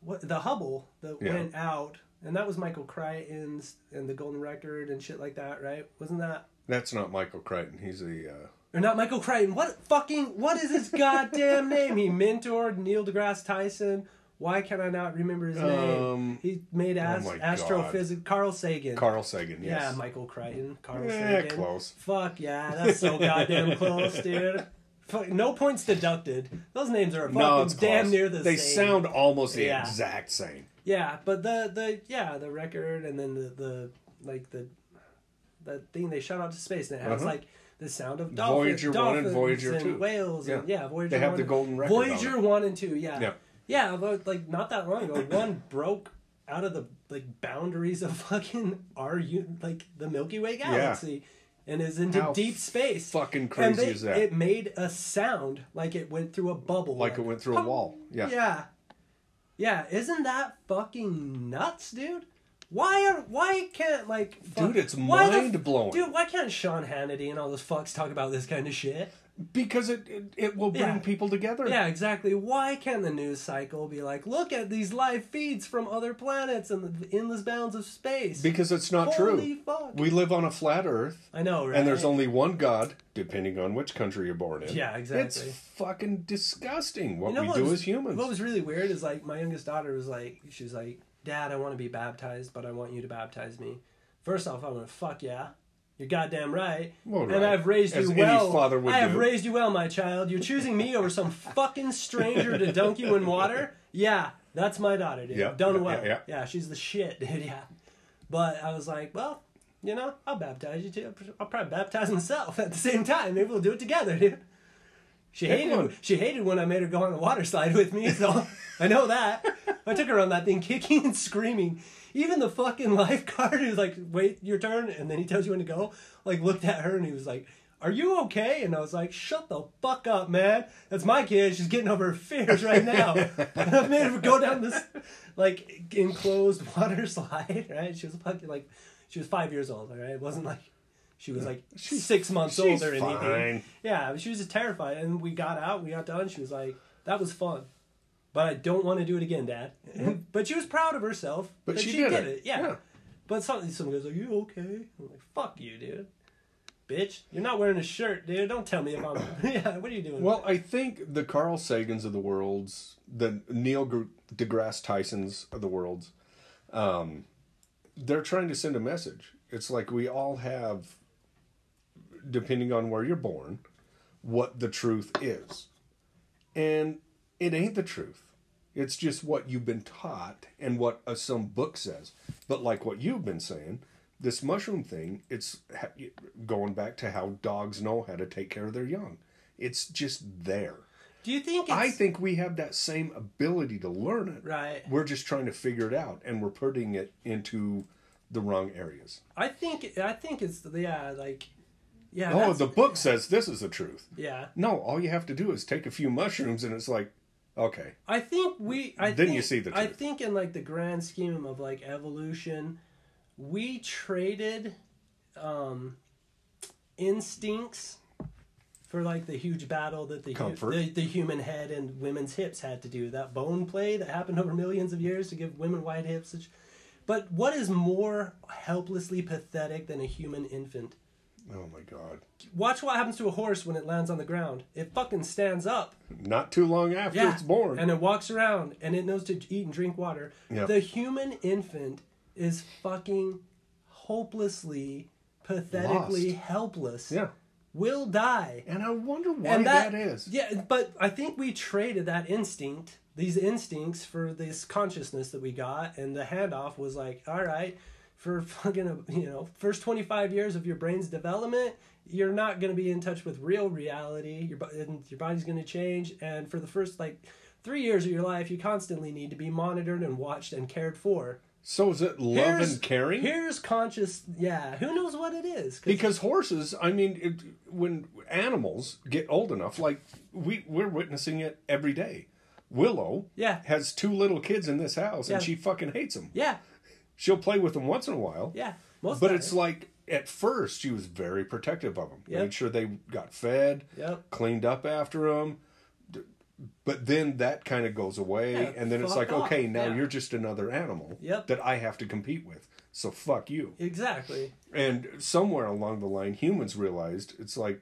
Speaker 1: what the Hubble that
Speaker 2: Yeah.
Speaker 1: went out, and that was Michael Crichton's and the Golden Record and shit like that, right? Wasn't that?
Speaker 2: That's not Michael Crichton. He's a uh,
Speaker 1: Or not Michael Crichton. What fucking what is his goddamn name? He mentored Neil deGrasse Tyson. Why can I not remember his name?
Speaker 2: Um,
Speaker 1: He made ast-
Speaker 2: my God.
Speaker 1: astrophysics. Carl Sagan.
Speaker 2: Carl Sagan. Yes.
Speaker 1: Yeah, Michael Crichton, Carl
Speaker 2: Eh,
Speaker 1: Sagan.
Speaker 2: close.
Speaker 1: Fuck yeah, that's so goddamn close, dude. Fuck, no points deducted. Those names are fucking
Speaker 2: no, it's
Speaker 1: damn
Speaker 2: close.
Speaker 1: near the
Speaker 2: They
Speaker 1: same.
Speaker 2: sound almost the
Speaker 1: Yeah.
Speaker 2: exact same.
Speaker 1: Yeah, but the the yeah the record and then the the like the the thing they shot out to space and it has
Speaker 2: Uh-huh.
Speaker 1: like the sound of dolphins,
Speaker 2: Voyager one and
Speaker 1: dolphins
Speaker 2: Voyager
Speaker 1: and
Speaker 2: two.
Speaker 1: whales and
Speaker 2: Yeah.
Speaker 1: yeah Voyager
Speaker 2: They have
Speaker 1: one
Speaker 2: the
Speaker 1: and-
Speaker 2: golden record on
Speaker 1: Voyager
Speaker 2: it.
Speaker 1: one and two yeah
Speaker 2: Yeah.
Speaker 1: yeah but like not that long ago one broke out of the like boundaries of fucking our u- like the Milky Way galaxy and is into
Speaker 2: How
Speaker 1: deep space
Speaker 2: fucking
Speaker 1: and
Speaker 2: crazy
Speaker 1: they-
Speaker 2: is that?
Speaker 1: it made a sound like it went through a bubble
Speaker 2: Like it went through a
Speaker 1: "Pum!"
Speaker 2: wall. Yeah.
Speaker 1: Yeah. Yeah, isn't that fucking nuts, dude? Why are why can't like fuck-
Speaker 2: Dude, it's
Speaker 1: why the f-
Speaker 2: mind-blowing.
Speaker 1: Dude, why can't Sean Hannity and all those fucks talk about this kind of shit?
Speaker 2: Because it, it it will bring
Speaker 1: Yeah.
Speaker 2: people together.
Speaker 1: Yeah, exactly. Why can't the news cycle be like, look at these live feeds from other planets and the endless bounds of space?
Speaker 2: Because it's not
Speaker 1: Holy
Speaker 2: true.
Speaker 1: fuck.
Speaker 2: We live on a flat Earth.
Speaker 1: I know, right?
Speaker 2: And there's only one God, depending on which country you're born in.
Speaker 1: Yeah, exactly.
Speaker 2: It's fucking disgusting what
Speaker 1: You know
Speaker 2: we
Speaker 1: what
Speaker 2: do
Speaker 1: was-
Speaker 2: as humans.
Speaker 1: What was really weird is like my youngest daughter was like, she was like, Dad, I want to be baptized, but I want you to baptize me. First off, I went, fuck yeah. You're goddamn right.
Speaker 2: Well,
Speaker 1: and
Speaker 2: right.
Speaker 1: I've raised
Speaker 2: As
Speaker 1: you
Speaker 2: any
Speaker 1: well.
Speaker 2: father would
Speaker 1: I have
Speaker 2: do.
Speaker 1: raised you well, my child. You're choosing me over some fucking stranger to dunk you in water? Yeah, that's my daughter, dude.
Speaker 2: Yeah,
Speaker 1: Done
Speaker 2: yeah,
Speaker 1: well.
Speaker 2: yeah, yeah.
Speaker 1: she's the shit, dude. Yeah. But I was like, well, you know, I'll baptize you too. I'll probably baptize myself at the same time. Maybe we'll do it together, dude. She
Speaker 2: Pick
Speaker 1: hated
Speaker 2: one.
Speaker 1: she hated when I made her go on a water slide with me, so I know that. I took her on that thing kicking and screaming. Even the fucking lifeguard who's like, wait your turn, and then he tells you when to go, like looked at her and he was like, Are you okay? And I was like, Shut the fuck up, man. That's my kid. She's getting over her fears right now. and I made her go down this like enclosed water slide, right? She was fucking like she was five years old, all right? It wasn't like she was like six months old
Speaker 2: she's
Speaker 1: or anything.
Speaker 2: fine.
Speaker 1: Yeah, she was just terrified. And we got out, we got done. She was like, that was fun. But I don't want to do it again, Dad. but she was proud of herself.
Speaker 2: But
Speaker 1: that
Speaker 2: she did it.
Speaker 1: Yeah.
Speaker 2: Yeah.
Speaker 1: But something, someone goes, Are you okay? I'm like, Fuck you, dude. Bitch, you're not wearing a shirt, dude. Don't tell me if I'm. yeah, what are you doing?
Speaker 2: Well, I think the Carl Sagans of the worlds, the Neil Gr- deGrasse Tysons of the worlds, um, they're trying to send a message. It's like we all have, depending on where you're born, what the truth is. And it ain't the truth. It's just what you've been taught and what uh, some book says. But like what you've been saying, this mushroom thing, it's ha- going back to how dogs know how to take care of their young. It's just there.
Speaker 1: do you think it's.
Speaker 2: I think we have that same ability to learn it.
Speaker 1: Right.
Speaker 2: We're just trying to figure it out and we're putting it into the wrong areas.
Speaker 1: I think I think it's yeah like yeah
Speaker 2: Oh,
Speaker 1: that's-
Speaker 2: the book says this is the truth.
Speaker 1: yeah
Speaker 2: No, all you have to do is take a few mushrooms and it's like, okay,
Speaker 1: I think we. I
Speaker 2: Then
Speaker 1: think,
Speaker 2: you see the
Speaker 1: I
Speaker 2: truth.
Speaker 1: think in like the grand scheme of like evolution, we traded um, instincts for like the huge battle that the, hu-
Speaker 2: Comfort.
Speaker 1: the the human head and women's hips had to do. That bone play that happened over millions of years to give women wide hips. But what is more helplessly pathetic than a human infant?
Speaker 2: Oh my god.
Speaker 1: Watch what happens to a horse when it lands on the ground. It fucking stands up.
Speaker 2: Not too long after it's born.
Speaker 1: And it walks around and it knows to eat and drink water.
Speaker 2: Yep.
Speaker 1: The human infant is fucking hopelessly, pathetically helpless.
Speaker 2: yeah.
Speaker 1: Will die.
Speaker 2: And I wonder why
Speaker 1: And
Speaker 2: that is.
Speaker 1: Yeah, but I think we traded that instinct, these instincts for this consciousness that we got and the handoff was like, all right, for fucking uh, you know, first 25 years of your brain's development, you're not going to be in touch with real reality. Your bo- and your body's going to change and for the first like 3 years of your life, you constantly need to be monitored and watched and cared for.
Speaker 2: So is it love
Speaker 1: Here's-
Speaker 2: and caring?
Speaker 1: Here's conscious, yeah, who knows what it is 'cause
Speaker 2: because horses, I mean, it, when animals get old enough, like we we're witnessing it every day. Willow
Speaker 1: Yeah.
Speaker 2: has two little kids in this house, and
Speaker 1: Yeah.
Speaker 2: she fucking hates them.
Speaker 1: yeah,
Speaker 2: She'll play with them once in a while.
Speaker 1: yeah. Most
Speaker 2: But
Speaker 1: of
Speaker 2: it's like at first she was very protective of them,
Speaker 1: Yep.
Speaker 2: made sure they got fed,
Speaker 1: Yep.
Speaker 2: cleaned up after them. But then that kind of goes away,
Speaker 1: Yeah,
Speaker 2: and then it's
Speaker 1: fuck
Speaker 2: like,
Speaker 1: off,
Speaker 2: okay, now
Speaker 1: yeah.
Speaker 2: you're just another animal
Speaker 1: Yep.
Speaker 2: that I have to compete with. So fuck you.
Speaker 1: exactly.
Speaker 2: And somewhere along the line, humans realized it's like,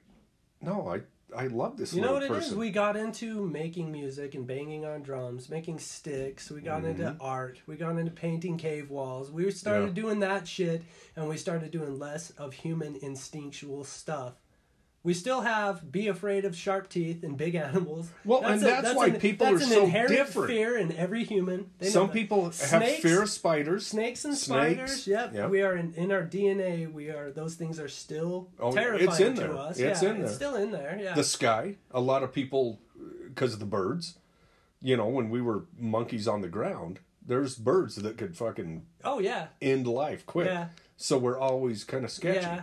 Speaker 2: no, I I love this
Speaker 1: You know
Speaker 2: little
Speaker 1: what it is?
Speaker 2: person.
Speaker 1: We got into making music and banging on drums, making sticks. We got into art. We got into painting cave walls. We started
Speaker 2: Mm-hmm. Yeah.
Speaker 1: doing that shit, and we started doing less of human instinctual stuff. We still have be afraid of sharp teeth and big animals.
Speaker 2: Well, and that's why people are
Speaker 1: that's an
Speaker 2: so
Speaker 1: inherent
Speaker 2: different.
Speaker 1: Fear in every human. They know
Speaker 2: Some
Speaker 1: that.
Speaker 2: people have
Speaker 1: Snakes-
Speaker 2: fear of spiders.
Speaker 1: Snakes and
Speaker 2: Snakes.
Speaker 1: spiders. Yep.
Speaker 2: Yep.
Speaker 1: We are in, in our DNA. We are those things are still
Speaker 2: Oh,
Speaker 1: terrifying
Speaker 2: it's in
Speaker 1: to
Speaker 2: there.
Speaker 1: us.
Speaker 2: It's
Speaker 1: yeah,
Speaker 2: in there.
Speaker 1: It's still in there. Yeah.
Speaker 2: the sky. A lot of people, because of the birds, you know, when we were monkeys on the ground, there's birds that could fucking
Speaker 1: oh yeah.
Speaker 2: end life quick.
Speaker 1: Yeah.
Speaker 2: So we're always kind of sketchy.
Speaker 1: Yeah.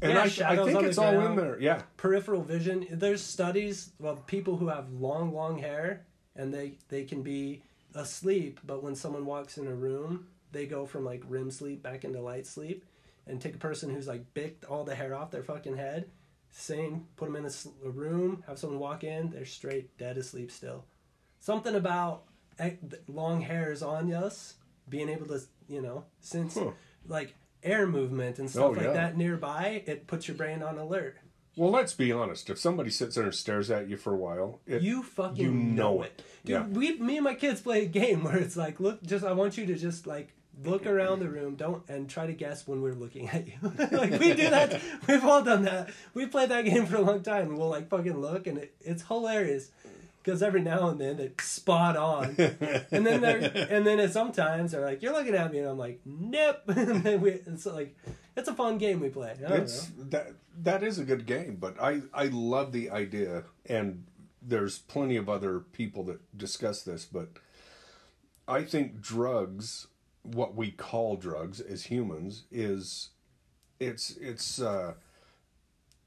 Speaker 2: And
Speaker 1: Yeah,
Speaker 2: I, I
Speaker 1: shadows
Speaker 2: think
Speaker 1: on the
Speaker 2: it's all in
Speaker 1: ground.
Speaker 2: there. Yeah.
Speaker 1: peripheral vision there's studies of people who have long long hair and they they can be asleep but when someone walks in a room they go from like rim sleep back into light sleep and take a person who's like bicked all the hair off their fucking head same put them in a, s- a room have someone walk in they're straight dead asleep still something about eh, th- long hairs on us being able to you know since
Speaker 2: Huh.
Speaker 1: like air movement and stuff
Speaker 2: Oh,
Speaker 1: like
Speaker 2: yeah.
Speaker 1: that nearby it puts your brain on alert
Speaker 2: Well, let's be honest. If somebody sits there and stares at you for a while, it,
Speaker 1: You fucking
Speaker 2: You
Speaker 1: know,
Speaker 2: know
Speaker 1: it.
Speaker 2: it.
Speaker 1: Dude,
Speaker 2: Yeah.
Speaker 1: we me and my kids play a game where it's like, look, just I want you to just like look around the room, don't and try to guess when we're looking at you. like we do that. We've all done that. We played that game for a long time and we'll like fucking look and it, it's hilarious. Because every now and then they spot on, and then they're and then it's sometimes they're like, "You're looking at me," and I'm like, "Nope." and then we, it's like, it's a fun game we play. I don't know.
Speaker 2: it's that that is a good game. But I I love the idea, and there's plenty of other people that discuss this. But I think drugs, what we call drugs as humans, is it's it's uh,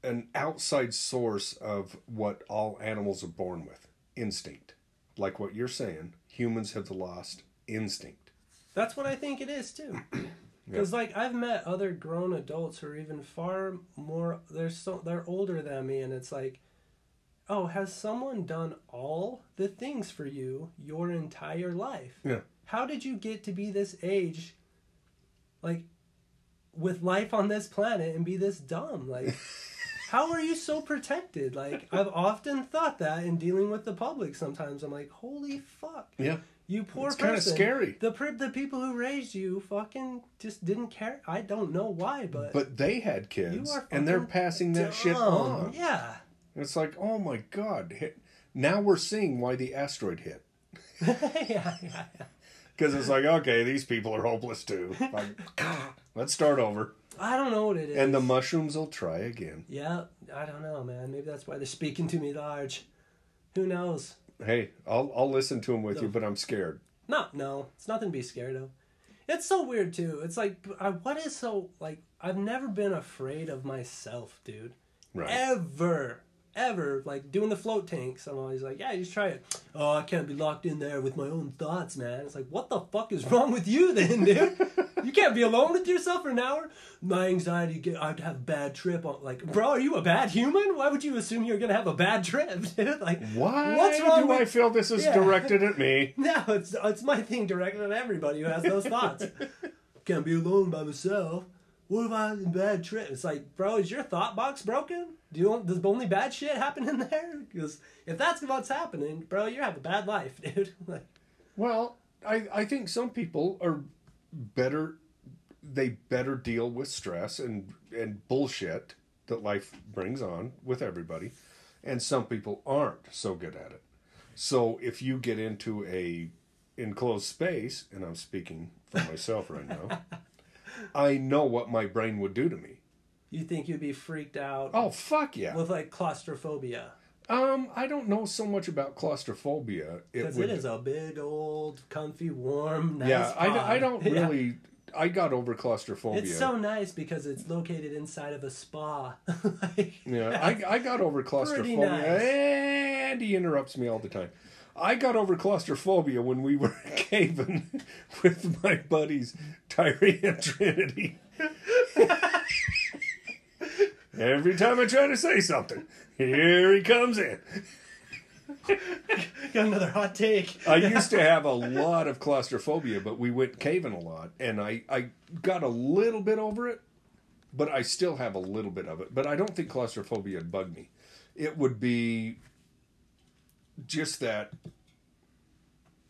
Speaker 2: an outside source of what all animals are born with instinct. Like what you're saying, humans have lost instinct.
Speaker 1: That's what I think it is too. Because like I've met other grown adults who are even far more they're so they're older than me, and it's like, oh, has someone done all the things for you your entire life?
Speaker 2: Yeah.
Speaker 1: How did you get to be this age, like, with life on this planet and be this dumb? Like, how are you so protected? Like, I've often thought that in dealing with the public. Sometimes I'm like, holy fuck.
Speaker 2: Yeah.
Speaker 1: You poor
Speaker 2: It's kinda
Speaker 1: person.
Speaker 2: scary.
Speaker 1: The per- the people who raised you fucking just didn't care. I don't know why, but,
Speaker 2: But they had kids,
Speaker 1: are
Speaker 2: and they're
Speaker 1: fucking
Speaker 2: passing that shit
Speaker 1: dumb.
Speaker 2: on.
Speaker 1: Yeah.
Speaker 2: It's like, oh my god! Hit. Now we're seeing why the asteroid hit.
Speaker 1: yeah, yeah, yeah.
Speaker 2: Because it's like, okay, these people are hopeless too. Like, let's start over.
Speaker 1: I don't know what it is.
Speaker 2: And the mushrooms will try again.
Speaker 1: yeah, I don't know, man. Maybe that's why they're speaking to me large. Who knows?
Speaker 2: Hey, I'll I'll listen to them with you, but I'm scared.
Speaker 1: No, no, it's nothing to be scared of. It's so weird too. It's like, I, what is so like? I've never been afraid of myself, dude.
Speaker 2: Right?
Speaker 1: ever ever like doing the float tanks i'm always like yeah just try it oh i can't be locked in there with my own thoughts man it's like what the fuck is wrong with you then dude you can't be alone with yourself for an hour my anxiety get i'd have a bad trip on like bro are you a bad human why would you assume you're gonna have a bad trip dude like
Speaker 2: why
Speaker 1: what's wrong
Speaker 2: do
Speaker 1: with
Speaker 2: I feel this is
Speaker 1: Yeah.
Speaker 2: directed at me?
Speaker 1: no, it's it's my thing directed at everybody who has those thoughts. Can't be alone by myself. what if I'm in bad trip? It's like, bro, is your thought box broken? Do you want, does only bad shit happen in there? Because if that's what's happening, bro, you have a bad life, dude. like,
Speaker 2: Well, I, I think some people are better they better deal with stress and and bullshit that life brings on with everybody and some people aren't so good at it. So if you get into a enclosed space and I'm speaking for myself right now, I know what my brain would do to me.
Speaker 1: you think you'd be freaked out
Speaker 2: Oh fuck yeah.
Speaker 1: with like claustrophobia.
Speaker 2: Um I don't know so much about claustrophobia.
Speaker 1: Because
Speaker 2: would-
Speaker 1: it is a big old, comfy, warm, nice
Speaker 2: Yeah, I, d- I
Speaker 1: pod.
Speaker 2: don't
Speaker 1: Yeah.
Speaker 2: really. I got over claustrophobia.
Speaker 1: It's so nice because it's located inside of a spa. like,
Speaker 2: yeah, I, I got over claustrophobia.
Speaker 1: nice.
Speaker 2: And he interrupts me all the time. I got over claustrophobia when we were caving with my buddies Tyree and Trinity. Every time I try to say something, here he comes in.
Speaker 1: Got another hot take.
Speaker 2: I used to have a lot of claustrophobia, but we went caving a lot, and I, I got a little bit over it, but I still have a little bit of it. But I don't think claustrophobia would bug me. It would be just that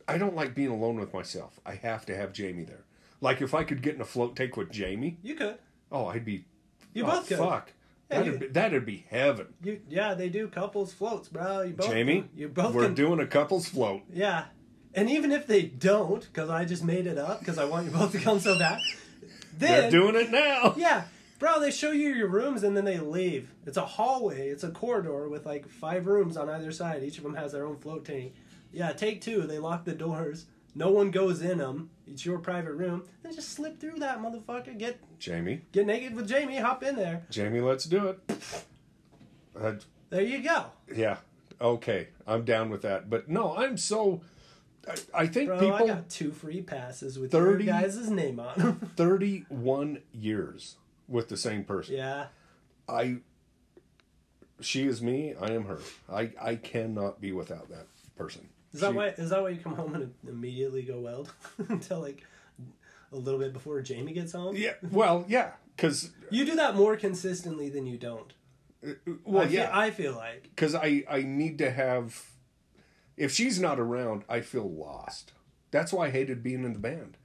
Speaker 2: I don't like being alone with myself. I have to have Jamie there. Like if I could get in a float tank with Jamie,
Speaker 1: You could.
Speaker 2: oh, I'd be
Speaker 1: You
Speaker 2: oh,
Speaker 1: both could.
Speaker 2: fuck. that'd,
Speaker 1: you-
Speaker 2: be, that'd be heaven.
Speaker 1: You, yeah, they do couples floats, bro. You both
Speaker 2: Jamie,
Speaker 1: You both
Speaker 2: we're
Speaker 1: can,
Speaker 2: doing a couples float.
Speaker 1: Yeah. And even if they don't, because I just made it up because I want you both to come so bad,
Speaker 2: They're
Speaker 1: then.
Speaker 2: doing it now.
Speaker 1: yeah. Bro, they show you your rooms and then they leave. It's a hallway, it's a corridor with like five rooms on either side. Each of them has their own float tank. Yeah, take two. They lock the doors. No one goes in them. It's your private room. Then just slip through that motherfucker. Get
Speaker 2: Jamie,
Speaker 1: get naked with Jamie. Hop in there.
Speaker 2: Jamie, let's do it. Uh,
Speaker 1: There you go.
Speaker 2: yeah. Okay. I'm down with that. But no, I'm so. I, I think
Speaker 1: Bro, I
Speaker 2: people.
Speaker 1: got two free passes with
Speaker 2: 30
Speaker 1: your guys' name on 'em.
Speaker 2: 31 years with the same person.
Speaker 1: yeah.
Speaker 2: I. She is me. I am her. I, I cannot be without that person.
Speaker 1: Is that
Speaker 2: She-
Speaker 1: why? Is that why you come home and immediately go weld until like a little bit before Jamie gets home?
Speaker 2: Yeah. Well, yeah. Because.
Speaker 1: You do that more consistently than you don't.
Speaker 2: Well,
Speaker 1: I feel,
Speaker 2: uh, yeah.
Speaker 1: I feel like
Speaker 2: Because I, I need to have. If she's not around, I feel lost. That's why I hated being in the band.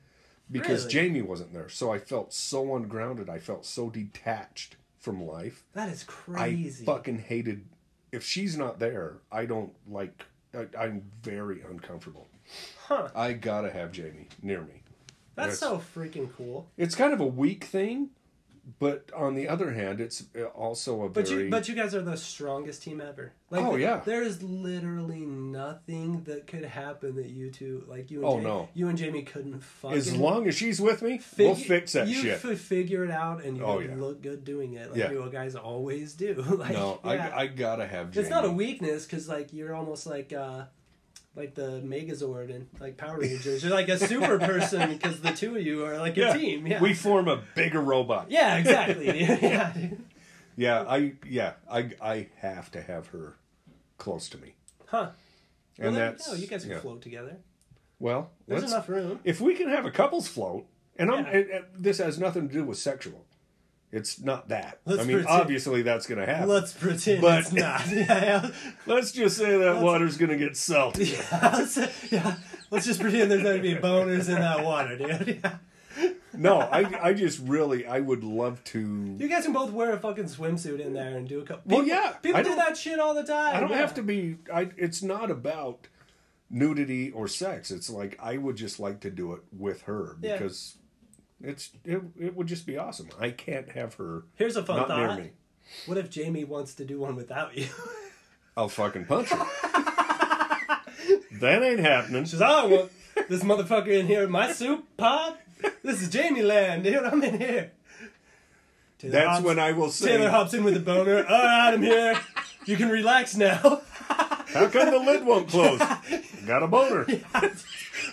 Speaker 2: Because
Speaker 1: Really?
Speaker 2: Jamie wasn't there. So I felt so ungrounded. I felt so detached from life.
Speaker 1: that is
Speaker 2: I
Speaker 1: crazy.
Speaker 2: fucking hated. If she's not there, I don't like. I, I'm very uncomfortable.
Speaker 1: Huh.
Speaker 2: I gotta have Jamie near me.
Speaker 1: That's so freaking cool.
Speaker 2: It's kind of a weak thing, but on the other hand, it's also a
Speaker 1: But
Speaker 2: very.
Speaker 1: you, but you guys are the strongest team ever. Like,
Speaker 2: Oh,
Speaker 1: th-
Speaker 2: yeah.
Speaker 1: There is literally nothing that could happen that you two, like you and
Speaker 2: Oh,
Speaker 1: Jamie,
Speaker 2: no.
Speaker 1: you and Jamie couldn't fucking.
Speaker 2: as long as she's with me, we'll
Speaker 1: fig-
Speaker 2: fix that
Speaker 1: you
Speaker 2: shit.
Speaker 1: fi- figure it out, and you
Speaker 2: Oh,
Speaker 1: would
Speaker 2: yeah.
Speaker 1: look good doing it, like
Speaker 2: Yeah.
Speaker 1: you guys always do. like,
Speaker 2: No,
Speaker 1: yeah.
Speaker 2: I, I gotta have Jamie.
Speaker 1: It's not a weakness because like you're almost like uh like the Megazord and like Power Rangers. You're like a super person because the two of you are like a team. Yeah.
Speaker 2: We form a bigger robot.
Speaker 1: yeah, exactly. dude. yeah. dude.
Speaker 2: Yeah, I yeah, I I have to have her close to me.
Speaker 1: Huh.
Speaker 2: And
Speaker 1: well,
Speaker 2: that's
Speaker 1: no, you guys can
Speaker 2: yeah.
Speaker 1: float together.
Speaker 2: Well,
Speaker 1: There's
Speaker 2: let's-
Speaker 1: enough room.
Speaker 2: If we can have a couples float, and I'm
Speaker 1: Yeah.
Speaker 2: and- and this has nothing to do with sexual. It's not that.
Speaker 1: Let's
Speaker 2: I mean,
Speaker 1: pretend-
Speaker 2: obviously that's going to happen. Let's,
Speaker 1: Let's pretend
Speaker 2: But-
Speaker 1: it's not. Yeah,
Speaker 2: just say that water's going to get salty.
Speaker 1: yeah. Let's, yeah. Let's just pretend there's going to be boners in that water, dude. Yeah.
Speaker 2: no, I I just really I would love to.
Speaker 1: You guys can both wear a fucking swimsuit in there and do a couple.
Speaker 2: Well, yeah,
Speaker 1: People
Speaker 2: I
Speaker 1: do
Speaker 2: don't-
Speaker 1: that shit all the time.
Speaker 2: I don't
Speaker 1: yeah.
Speaker 2: have to be. I it's not about nudity or sex. It's like I would just like to do it with her
Speaker 1: Yeah.
Speaker 2: because it's it, it would just be awesome. I can't have her
Speaker 1: Here's a fun
Speaker 2: not
Speaker 1: thought.
Speaker 2: near me.
Speaker 1: What if Jamie wants to do one without you?
Speaker 2: I'll fucking punch her. that ain't happening.
Speaker 1: She's I want this motherfucker in here in my soup pot. This is Jamie Land, dude. I'm in here. Taylor
Speaker 2: That's
Speaker 1: Hobbs-
Speaker 2: when I will say,
Speaker 1: Taylor hops in with a boner. All right, I'm here. You can relax now.
Speaker 2: "How come the lid won't close? Got a boner.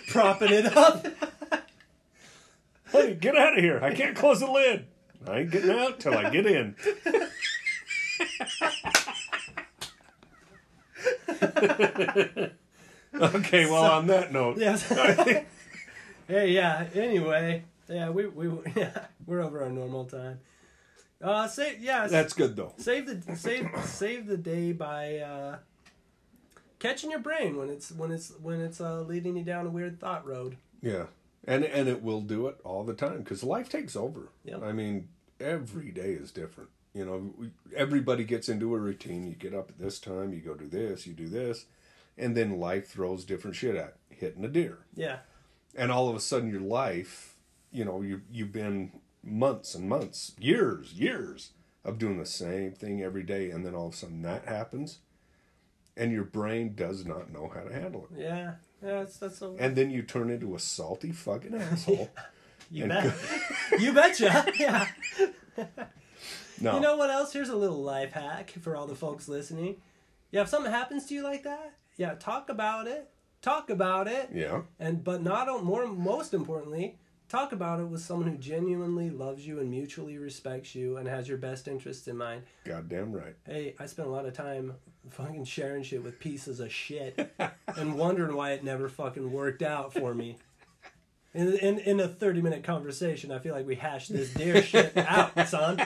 Speaker 1: Propping it up.
Speaker 2: Hey, get out of here! I can't close the lid. I ain't getting out till I get in." okay, well, on that note,
Speaker 1: Yes. hey, yeah. Anyway, yeah, we we yeah. We're over our normal time. Uh, say yeah.
Speaker 2: That's good though.
Speaker 1: Save the save save the day by uh, catching your brain when it's when it's when it's uh, leading you down a weird thought road.
Speaker 2: Yeah, and and it will do it all the time because life takes over.
Speaker 1: Yep.
Speaker 2: I mean, every day is different. You know, we- everybody gets into a routine. You get up at this time, you go do this, you do this, and then life throws different shit at you, hitting a deer,
Speaker 1: Yeah,
Speaker 2: and all of a sudden your life, you know, you you've been months and months, years, years of doing the same thing every day, and then all of a sudden that happens, and your brain does not know how to handle it.
Speaker 1: yeah, yeah. That's that's a,
Speaker 2: And then you turn into a salty fucking asshole.
Speaker 1: you
Speaker 2: and
Speaker 1: bet. you betcha. Yeah.
Speaker 2: No. Oh.
Speaker 1: You know what else? Here's a little life hack for all the folks listening. Yeah, if something happens to you like that, yeah, talk about it. Talk about it.
Speaker 2: yeah.
Speaker 1: And but not on- more most importantly, talk about it with someone who genuinely loves you and mutually respects you and has your best interests in mind.
Speaker 2: Goddamn right.
Speaker 1: Hey, I spent a lot of time fucking sharing shit with pieces of shit and wondering why it never fucking worked out for me. In, in, in a 30 minute conversation, I feel like we hashed this deer shit out, son.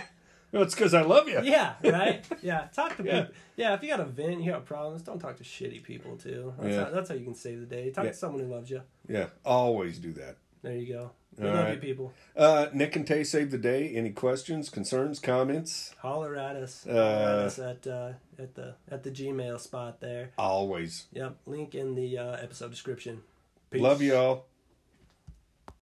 Speaker 2: Well, it's because I love you.
Speaker 1: Yeah, right? Yeah, talk to
Speaker 2: Yeah.
Speaker 1: people. Yeah, if you got a vent, you got problems, don't talk to shitty people, too. That's,
Speaker 2: Yeah.
Speaker 1: how, that's how you can save the day. Talk
Speaker 2: Yeah.
Speaker 1: to someone who loves you.
Speaker 2: Yeah, Always do that.
Speaker 1: There you go. We
Speaker 2: All
Speaker 1: love you,
Speaker 2: right.
Speaker 1: people.
Speaker 2: Uh, Nick and Tay save the day. Any questions, concerns, comments?
Speaker 1: Holler at us. Holler at
Speaker 2: Uh,
Speaker 1: us at, uh, at, the, at the Gmail spot there.
Speaker 2: Always.
Speaker 1: Yep, link in the uh, episode description. Peace.
Speaker 2: Love y'all.